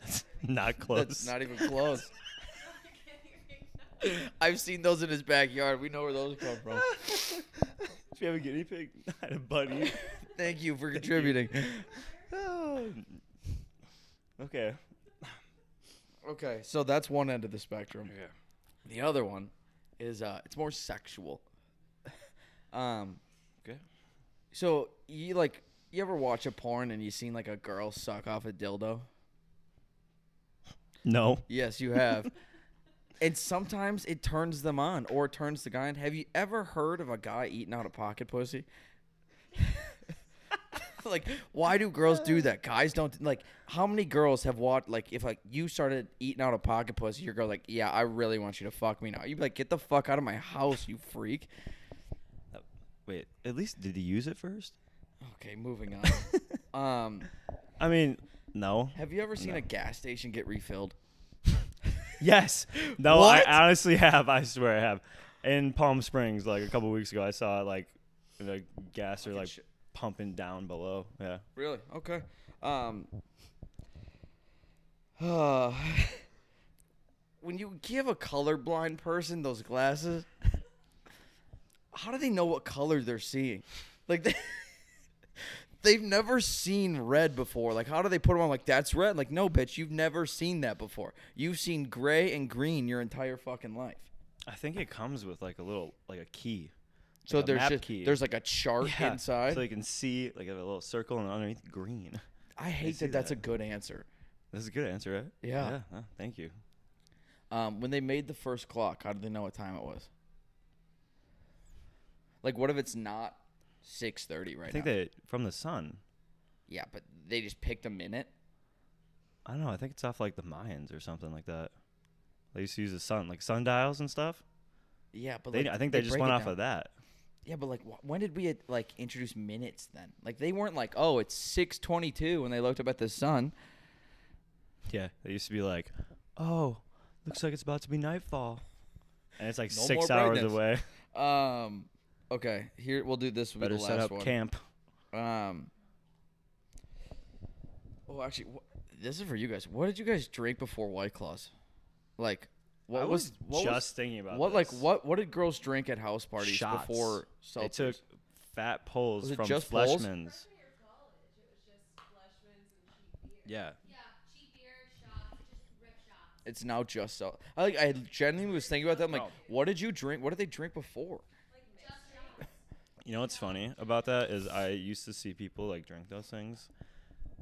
Speaker 2: that's not close.
Speaker 1: that's not even close. I've seen those in his backyard. We know where those come from.
Speaker 2: Do you have a guinea pig? I had a buddy.
Speaker 1: Thank you for
Speaker 2: Thank you.
Speaker 1: contributing.
Speaker 2: Oh. okay.
Speaker 1: Okay, so that's one end of the spectrum.
Speaker 2: Yeah.
Speaker 1: The other one is uh, it's more sexual. um,
Speaker 2: Okay.
Speaker 1: so you like you ever watch a porn and you seen like a girl suck off a dildo?
Speaker 2: No.
Speaker 1: Yes, you have. and sometimes it turns them on or it turns the guy on. Have you ever heard of a guy eating out of pocket pussy? like, why do girls do that? Guys don't like. How many girls have watched like if like you started eating out of pocket pussy, your girl like, yeah, I really want you to fuck me now. You'd be like, get the fuck out of my house, you freak.
Speaker 2: Uh, Wait. At least did he use it first?
Speaker 1: Okay, moving on. um,
Speaker 2: I mean, no.
Speaker 1: have you ever seen
Speaker 2: No.
Speaker 1: a gas station get refilled?
Speaker 2: Yes. No,
Speaker 1: What?
Speaker 2: I honestly have. I swear I have. In Palm Springs, like a couple weeks ago, I saw like the gas or
Speaker 1: Fucking
Speaker 2: like
Speaker 1: shit.
Speaker 2: pumping down below. Yeah.
Speaker 1: Really? Okay. Um. uh, when you give a colorblind person those glasses, how do they know what color they're seeing? Like they. They've never seen red before. Like, how do they put them on? Like, that's red. Like, no, bitch, you've never seen that before. You've seen gray and green your entire fucking life.
Speaker 2: I think it comes with like a little like a key.
Speaker 1: So
Speaker 2: Like a
Speaker 1: there's
Speaker 2: map
Speaker 1: just,
Speaker 2: key.
Speaker 1: there's like a chart
Speaker 2: Yeah,
Speaker 1: inside.
Speaker 2: So you can see like a little circle and underneath green.
Speaker 1: I hate
Speaker 2: see
Speaker 1: that. That's a
Speaker 2: that.
Speaker 1: good answer.
Speaker 2: That's a good answer, right?
Speaker 1: Yeah.
Speaker 2: Yeah. huh, thank you.
Speaker 1: Um, when they made the first clock, how did they know what time it was? Like, what if it's not six thirty right
Speaker 2: I think
Speaker 1: now?
Speaker 2: that from the sun.
Speaker 1: yeah, but they just picked a minute.
Speaker 2: I don't know. I think it's off like the Mayans or something like that. They used to use the sun, like sundials and stuff.
Speaker 1: Yeah, but
Speaker 2: They,
Speaker 1: like,
Speaker 2: I think they, just
Speaker 1: break
Speaker 2: went
Speaker 1: it
Speaker 2: off
Speaker 1: down.
Speaker 2: of that.
Speaker 1: Yeah, but like, wh- when did we uh, like introduce minutes then? Like, they weren't like, oh, it's six twenty-two when they looked up at the sun.
Speaker 2: Yeah. They used to be like, oh, looks like it's about to be nightfall. And it's like
Speaker 1: No
Speaker 2: six
Speaker 1: more
Speaker 2: hours
Speaker 1: brightness.
Speaker 2: away.
Speaker 1: Um, okay, here we'll do this. Will be
Speaker 2: Better
Speaker 1: the
Speaker 2: set
Speaker 1: last
Speaker 2: up
Speaker 1: one.
Speaker 2: camp.
Speaker 1: Um. Oh, actually, wh- this is for you guys. What did you guys drink before White Claws? Like, what
Speaker 2: I
Speaker 1: was, what
Speaker 2: just
Speaker 1: was
Speaker 2: thinking about
Speaker 1: what like
Speaker 2: this.
Speaker 1: what what did girls drink at house parties
Speaker 2: Shots.
Speaker 1: before
Speaker 2: They
Speaker 1: seltzers?
Speaker 2: took fat poles
Speaker 1: Was it
Speaker 2: from
Speaker 1: just poles?
Speaker 2: Fleshman's. Yeah.
Speaker 1: it's now just so I like I genuinely was thinking about that. I'm like,
Speaker 2: No.
Speaker 1: what did you drink? What did they drink before?
Speaker 2: You know what's funny about that is I used to see people like drink those things,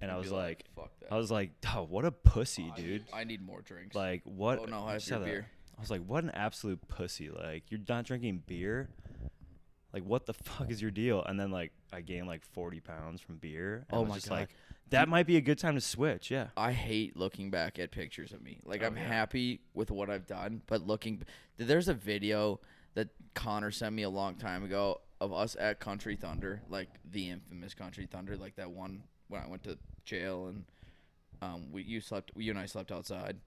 Speaker 2: and I
Speaker 1: I'd
Speaker 2: was
Speaker 1: be
Speaker 2: like,
Speaker 1: fuck that.
Speaker 2: I was like, oh, what a pussy,
Speaker 1: I need-
Speaker 2: dude.
Speaker 1: I need more drinks.
Speaker 2: Like what?
Speaker 1: Oh, no,
Speaker 2: I
Speaker 1: I
Speaker 2: just
Speaker 1: have
Speaker 2: had
Speaker 1: your
Speaker 2: a-
Speaker 1: beer.
Speaker 2: I was like, what an absolute pussy. Like you're not drinking beer. Like what the fuck is your deal? And then like I gained like 40 pounds from beer. And
Speaker 1: Oh
Speaker 2: I was
Speaker 1: my
Speaker 2: just
Speaker 1: God.
Speaker 2: Like that might be a good time to switch. Yeah.
Speaker 1: I hate looking back at pictures of me. Like
Speaker 2: Oh,
Speaker 1: I'm
Speaker 2: yeah.
Speaker 1: happy with what I've done, but looking there's a video that Connor sent me a long time ago of us at Country Thunder, like the infamous Country Thunder, like that one when I went to jail and um we you slept you and I slept outside.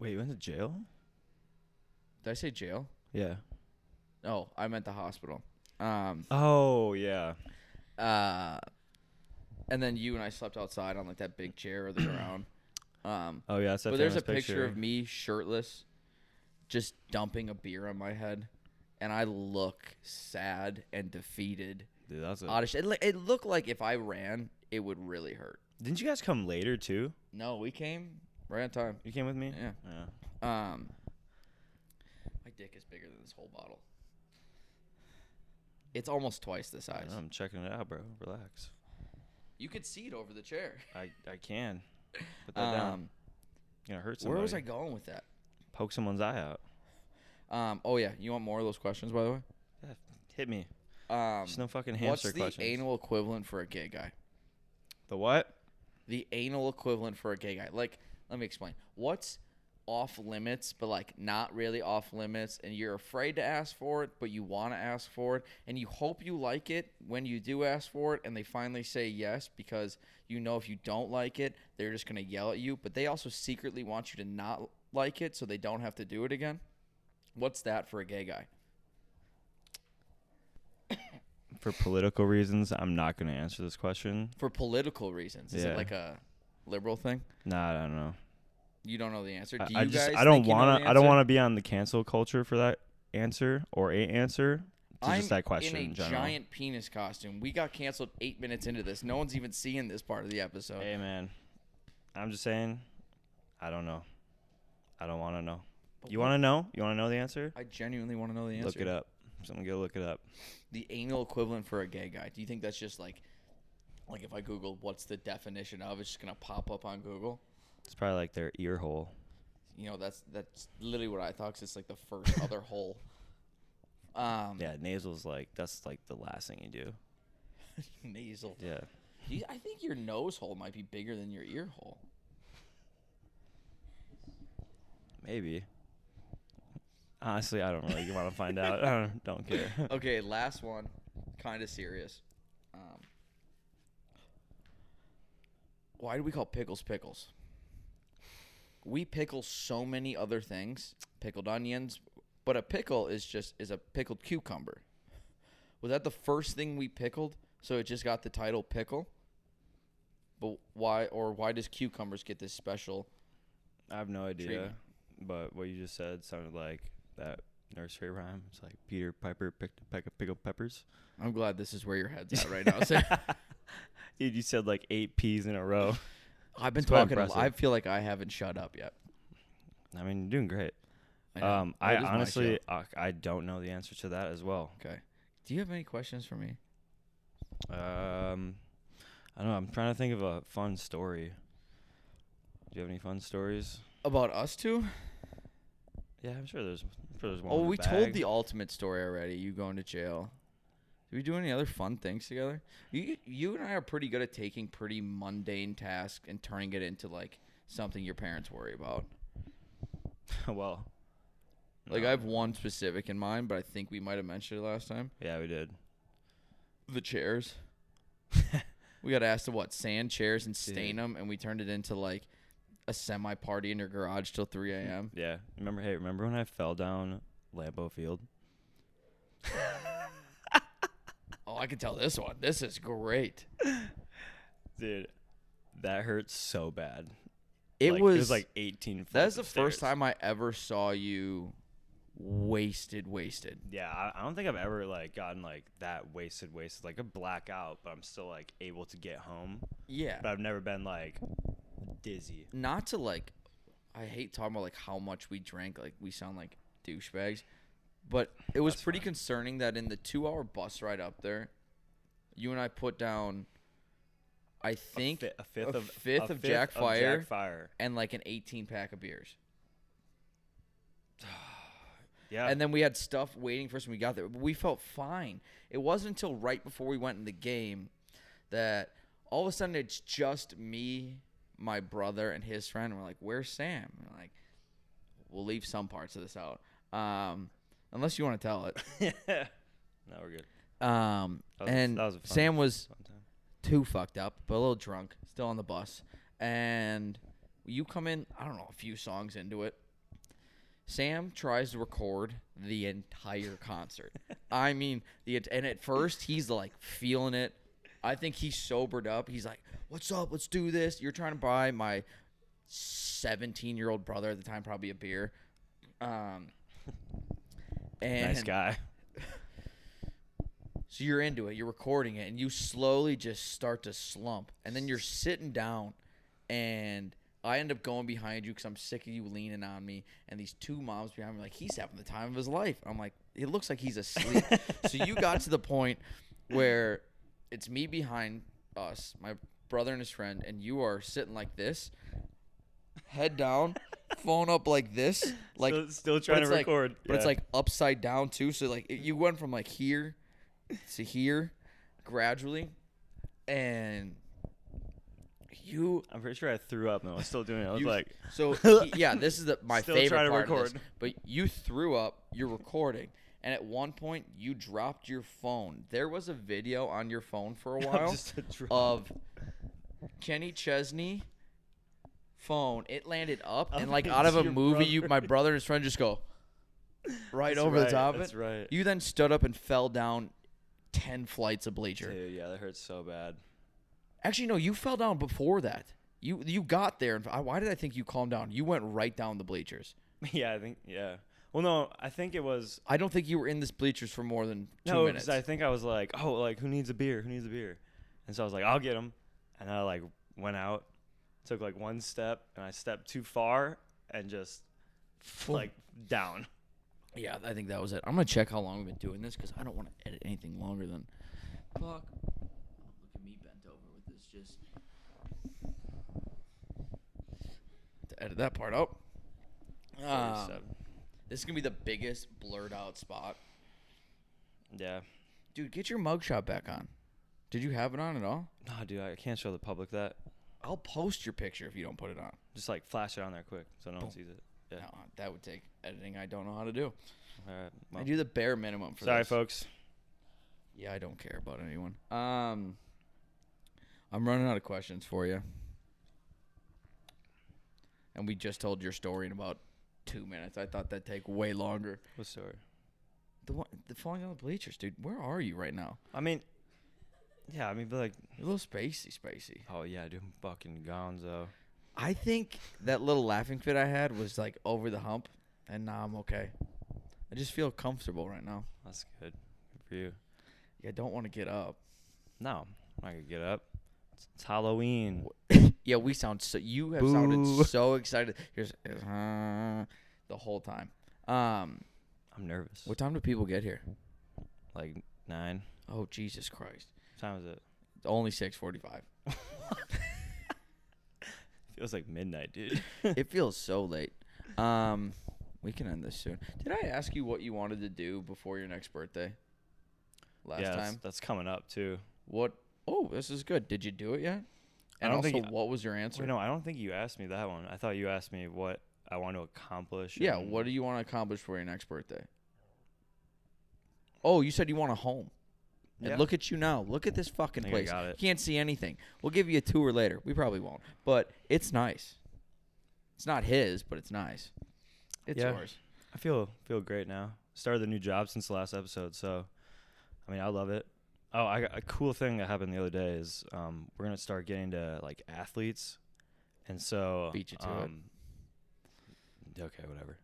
Speaker 2: Wait, you went to jail?
Speaker 1: Did I say jail?
Speaker 2: Yeah.
Speaker 1: No, I meant the hospital. Um
Speaker 2: Oh yeah.
Speaker 1: uh and then you and I slept outside on like that big chair or the ground. Um
Speaker 2: Oh yeah. That's that
Speaker 1: but there's a
Speaker 2: famous
Speaker 1: picture. of me shirtless, just dumping a beer on my head, and I look sad and defeated.
Speaker 2: Dude, that's a-
Speaker 1: Out of sh- it, li- it looked like if I ran, it would really hurt.
Speaker 2: Didn't you guys come later too?
Speaker 1: No, we came right on time.
Speaker 2: You came with me.
Speaker 1: Yeah.
Speaker 2: Yeah.
Speaker 1: Um, my dick is bigger than this whole bottle. It's almost twice the
Speaker 2: I
Speaker 1: size.
Speaker 2: know, I'm checking it out, bro. Relax.
Speaker 1: You could see it over the chair.
Speaker 2: I I can. Put that down.
Speaker 1: Um,
Speaker 2: You're gonna hurt somebody.
Speaker 1: where was I going with that?
Speaker 2: Poke someone's eye out.
Speaker 1: Um, oh yeah, you want more of those questions, by the way?
Speaker 2: Yeah, hit me.
Speaker 1: Um,
Speaker 2: There's no fucking
Speaker 1: what's
Speaker 2: hamster
Speaker 1: the
Speaker 2: questions.
Speaker 1: anal equivalent for a gay guy?
Speaker 2: the what?
Speaker 1: the anal equivalent for a gay guy. Like, let me explain. What's off limits, but like not really off limits, and you're afraid to ask for it, but you want to ask for it, and you hope you like it when you do ask for it, and they finally say yes because you know if you don't like it, they're just gonna yell at you. But they also secretly want you to not like it so they don't have to do it again. What's that for a gay guy?
Speaker 2: For political reasons, I'm not gonna answer this question.
Speaker 1: For political reasons, is
Speaker 2: Yeah.
Speaker 1: it like a liberal thing?
Speaker 2: Nah, I don't know.
Speaker 1: You don't know the answer.
Speaker 2: I-
Speaker 1: Do you
Speaker 2: I just
Speaker 1: guys
Speaker 2: I don't
Speaker 1: think you know the
Speaker 2: wanna I don't
Speaker 1: answer?
Speaker 2: wanna be on the cancel culture for that answer or a answer to
Speaker 1: I'm
Speaker 2: just that question
Speaker 1: in a
Speaker 2: in general.
Speaker 1: giant penis costume. We got canceled eight minutes into this. No one's even seeing this part of the episode.
Speaker 2: Hey man, I'm just saying, I don't know. I don't wanna know.
Speaker 1: But
Speaker 2: You
Speaker 1: what-
Speaker 2: wanna know? You wanna know the answer?
Speaker 1: I genuinely want to know the answer.
Speaker 2: Look it up. Someone go look it up.
Speaker 1: The anal equivalent for a gay guy. Do you think that's just like, like if I Google what's the definition of, it's just gonna pop up on Google?
Speaker 2: It's probably like their ear hole.
Speaker 1: You know, that's that's literally what I thought. 'cause it's like the first other hole. Um,
Speaker 2: Yeah, nasal's like that's like the last thing you do.
Speaker 1: nasal.
Speaker 2: Yeah.
Speaker 1: Do you- I think your nose hole might be bigger than your ear hole.
Speaker 2: Maybe. Honestly, I don't really want to find out. I don't, don't care.
Speaker 1: okay, last one, kind of serious. Um, why do we call pickles pickles? We pickle so many other things, pickled onions, but a pickle is just is a pickled cucumber. Was that the first thing we pickled? So it just got the title pickle. But why or why does cucumbers get this special?
Speaker 2: I have no idea.
Speaker 1: Intriguing.
Speaker 2: But what you just said sounded like that nursery rhyme. It's like Peter Piper picked a peck of pickled peppers.
Speaker 1: I'm glad this is where your head's at right now. Sam.
Speaker 2: Dude, you said like eight peas in a row.
Speaker 1: I've been
Speaker 2: It's quite
Speaker 1: talking. a lo- I
Speaker 2: impressive.
Speaker 1: feel like I haven't shut up yet.
Speaker 2: I mean, you're doing great.
Speaker 1: I know.
Speaker 2: um,
Speaker 1: Well,
Speaker 2: I
Speaker 1: it is my show.
Speaker 2: honestly, uh, I don't know the answer to that as well.
Speaker 1: Okay. Do you have any questions for me?
Speaker 2: Um, I don't know. I'm trying to think of a fun story. Do you have any fun stories?
Speaker 1: About us two?
Speaker 2: Yeah, I'm sure there's. I'm sure there's one.
Speaker 1: Oh,
Speaker 2: in the
Speaker 1: we told
Speaker 2: bag.
Speaker 1: the ultimate story already. You going to jail. Did we do any other fun things together? You you and I are pretty good at taking pretty mundane tasks and turning it into like something your parents worry about.
Speaker 2: well.
Speaker 1: Like
Speaker 2: no.
Speaker 1: I have one specific in mind, but I think we might have mentioned it last time.
Speaker 2: Yeah, we did.
Speaker 1: The chairs. we got asked to what sand chairs and stain
Speaker 2: Dude.
Speaker 1: them, and we turned it into like a semi party in your garage till 3 a.m.
Speaker 2: Yeah. Remember? Hey, remember when I fell down Lambeau Field?
Speaker 1: Oh, I can tell this one. This is great.
Speaker 2: Dude, that hurts so bad.
Speaker 1: It
Speaker 2: Like,
Speaker 1: was,
Speaker 2: it was like 18.
Speaker 1: That's
Speaker 2: flights
Speaker 1: the
Speaker 2: of
Speaker 1: first
Speaker 2: stairs.
Speaker 1: time I ever saw you wasted, wasted.
Speaker 2: Yeah, I, I don't think I've ever like gotten like that wasted, wasted like a blackout, but I'm still like able to get home.
Speaker 1: Yeah.
Speaker 2: But I've never been like dizzy.
Speaker 1: Not to like, I hate talking about like how much we drank. Like we sound like douchebags, But it was
Speaker 2: That's
Speaker 1: pretty
Speaker 2: fine.
Speaker 1: concerning that in the two hour bus ride up there, you and I put down, I think,
Speaker 2: a, fi- a fifth
Speaker 1: a
Speaker 2: of
Speaker 1: fifth
Speaker 2: a
Speaker 1: of Jack Fire.
Speaker 2: Fire.
Speaker 1: and like an 18 pack of beers.
Speaker 2: Yeah.
Speaker 1: And then we had stuff waiting for us when we got there. But we felt fine. It wasn't until right before we went in the game that all of a sudden it's just me, my brother, and his friend. We're like, where's Sam? And we're like, we'll leave some parts of this out. Um, unless you want to tell it.
Speaker 2: no, we're good.
Speaker 1: Um,
Speaker 2: That was-
Speaker 1: and
Speaker 2: that was a fun-
Speaker 1: Sam was
Speaker 2: Fun time.
Speaker 1: too fucked up, but a little drunk, still on the bus. And you come in, I don't know, a few songs into it. Sam tries to record the entire concert. I mean, the ent- and at first he's like feeling it. I think he's sobered up. He's like, "What's up? Let's do this." You're trying to buy my 17-year-old brother at the time probably a beer. Um and
Speaker 2: Nice guy.
Speaker 1: so you're into it, you're recording it, and you slowly just start to slump. And then you're sitting down, and I end up going behind you because I'm sick of you leaning on me. And these two moms behind me, are like, he's having the time of his life. I'm like, it looks like he's asleep. so you got to the point where it's me behind us, my brother and his friend, and you are sitting like this, head down, phone up like this, like
Speaker 2: still, still
Speaker 1: but
Speaker 2: trying to
Speaker 1: it's like-
Speaker 2: record.
Speaker 1: but it's
Speaker 2: Yeah.
Speaker 1: like upside down too. So like it- you went from like here to here gradually, and you
Speaker 2: I'm pretty sure I threw up and I was still doing it. I was
Speaker 1: you-
Speaker 2: like,
Speaker 1: so he- yeah, this is the, my
Speaker 2: Still
Speaker 1: favorite
Speaker 2: trying to
Speaker 1: part Of this,
Speaker 2: record.
Speaker 1: but you threw up. You're recording, and at one point you dropped your phone. There was a video on your phone for a
Speaker 2: I'm
Speaker 1: while
Speaker 2: just a drunk.
Speaker 1: of Kenny Chesney phone. It landed up and
Speaker 2: Up
Speaker 1: like out of a
Speaker 2: into your
Speaker 1: movie, you
Speaker 2: brother.
Speaker 1: my brother and his friend just go right
Speaker 2: That's
Speaker 1: over the
Speaker 2: right,
Speaker 1: top of it.
Speaker 2: That's right.
Speaker 1: You then stood up and fell down ten flights of bleacher.
Speaker 2: Dude, yeah, that hurts so bad.
Speaker 1: Actually, no, you fell down before that. You you got there, and I, why did I think you calmed down? You went right down the bleachers.
Speaker 2: Yeah, I think. Yeah. Well, no, I think it was.
Speaker 1: I don't think you were in this bleachers for more than two
Speaker 2: No,
Speaker 1: minutes.
Speaker 2: because I think I was like, oh, like who needs a beer? Who needs a beer? And so I was like, I'll get him. And I like went out, took like one step, and I stepped too far and just like down.
Speaker 1: yeah, I think that was it. I'm gonna check how long we've been doing this because I don't want to edit anything longer than. Fuck. Look at me bent over with this. Just to edit that part out. Um,
Speaker 2: Forty-seven.
Speaker 1: this is gonna be the biggest blurred out spot.
Speaker 2: yeah.
Speaker 1: Dude, get your mugshot back on. Did you have it on at all?
Speaker 2: No, dude, I can't show the public that.
Speaker 1: I'll post your picture if you don't put it on.
Speaker 2: Just like flash it on there quick so no one sees it. Yeah.
Speaker 1: No, that would take editing. I don't know how to do.
Speaker 2: All right.
Speaker 1: I
Speaker 2: well,
Speaker 1: do the bare minimum for
Speaker 2: sorry,
Speaker 1: this.
Speaker 2: folks.
Speaker 1: Yeah, I don't care about anyone. Um, I'm running out of questions for you. And we just told your story in about two minutes. I thought that'd take way longer.
Speaker 2: What story?
Speaker 1: The one, the falling on the bleachers, dude. Where are you right now?
Speaker 2: I mean, yeah, I mean, but like,
Speaker 1: You're a little spacey, spacey.
Speaker 2: oh yeah, dude, I'm fucking gonzo.
Speaker 1: I think that little laughing fit I had was like over the hump, and now I'm okay. I just feel comfortable right now.
Speaker 2: That's good. Good for you.
Speaker 1: Yeah, I don't want to get up.
Speaker 2: No, I'm not gonna get up. It's, it's Halloween.
Speaker 1: Yeah, we sound so. You have
Speaker 2: Boo.
Speaker 1: sounded so excited. Here's uh, the whole time. Um,
Speaker 2: I'm nervous.
Speaker 1: what time do people get here?
Speaker 2: Like nine?
Speaker 1: Oh Jesus Christ!
Speaker 2: What time is it?
Speaker 1: It's only six forty-five.
Speaker 2: Feels like midnight, dude.
Speaker 1: it feels so late. Um, we can end this soon. Did I ask you what you wanted to do before your next birthday? Last
Speaker 2: yeah, That's,
Speaker 1: time.
Speaker 2: that's coming up too.
Speaker 1: What? Oh, this is good. Did you do it yet?
Speaker 2: I
Speaker 1: And
Speaker 2: don't
Speaker 1: also,
Speaker 2: think-
Speaker 1: what was your answer?
Speaker 2: Wait, no, I don't think you asked me that one. I thought you asked me what I want to accomplish.
Speaker 1: yeah.
Speaker 2: and-
Speaker 1: What do you want to accomplish for your next birthday? Oh, you said you want a home. And
Speaker 2: Yeah.
Speaker 1: look at you now. Look at this fucking
Speaker 2: think I
Speaker 1: place.
Speaker 2: got it.
Speaker 1: Can't see anything. We'll give you a tour later. We probably won't, but it's nice. It's not his, but it's nice. It's
Speaker 2: Yeah.
Speaker 1: yours.
Speaker 2: I feel feel great now. Started a new job since the last episode, so I mean, I love it. Oh, I got a cool thing that happened the other day is um, we're gonna start getting to like athletes, and so
Speaker 1: Beat you to it.
Speaker 2: um, it. Okay, whatever.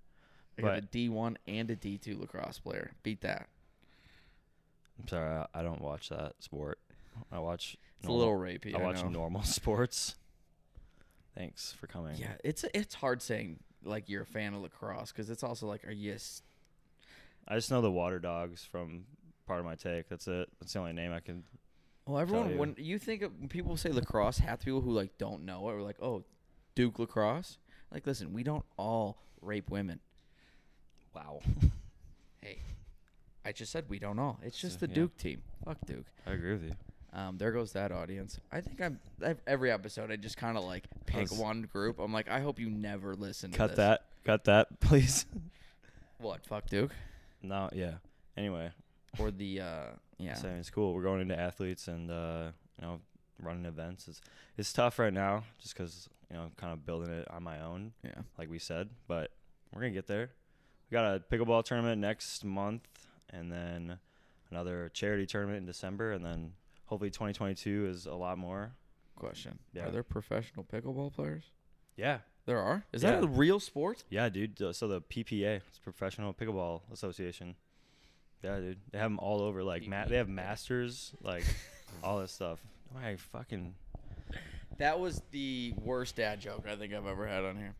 Speaker 1: I got a
Speaker 2: But-
Speaker 1: D one and a D two lacrosse player. Beat that.
Speaker 2: I'm sorry, I, I don't watch that sport. I watch.
Speaker 1: It's a little rapey.
Speaker 2: I
Speaker 1: I,
Speaker 2: watch
Speaker 1: know.
Speaker 2: normal sports. Thanks for coming.
Speaker 1: Yeah, it's it's hard saying like you're a fan of lacrosse because it's also like, are you? s-
Speaker 2: I just know the water dogs from part of my take. That's it. That's the only name I can.
Speaker 1: Well, everyone,
Speaker 2: you.
Speaker 1: when you think of when people say lacrosse, half the people who like don't know it are like, "Oh, Duke lacrosse." Like, listen, we don't all rape women.
Speaker 2: Wow.
Speaker 1: Hey, I just said we don't all. It's just
Speaker 2: So,
Speaker 1: the
Speaker 2: yeah.
Speaker 1: Duke team. Fuck Duke.
Speaker 2: I agree with you.
Speaker 1: Um, there goes that audience. I think I'm I've, every episode. I just kind of like pick
Speaker 2: Us.
Speaker 1: one group. I'm like, I hope you never listen. to
Speaker 2: Cut
Speaker 1: this."
Speaker 2: that. Cut that, please.
Speaker 1: What? Fuck Duke
Speaker 2: no. Yeah. Anyway.
Speaker 1: or the uh, yeah.
Speaker 2: Same. It's cool. We're going into athletes and uh, you know running events. It's it's tough right now just because you know I'm kind of building it on my own,
Speaker 1: Yeah.
Speaker 2: like we said. But we're gonna get there. We got a pickleball tournament next month, and then another charity tournament in December, and then hopefully 2022 is a lot more.
Speaker 1: Question.
Speaker 2: Yeah.
Speaker 1: Are there professional pickleball players?
Speaker 2: Yeah.
Speaker 1: There are. Is that a
Speaker 2: Yeah.
Speaker 1: real sport?
Speaker 2: Yeah, dude. Uh, So the PPA, it's Professional Pickleball Association. Yeah, dude. They have them all over. Like, ma- they have
Speaker 1: PPA.
Speaker 2: masters, like all this stuff. My fucking.
Speaker 1: That was the worst dad joke I think I've ever had on here.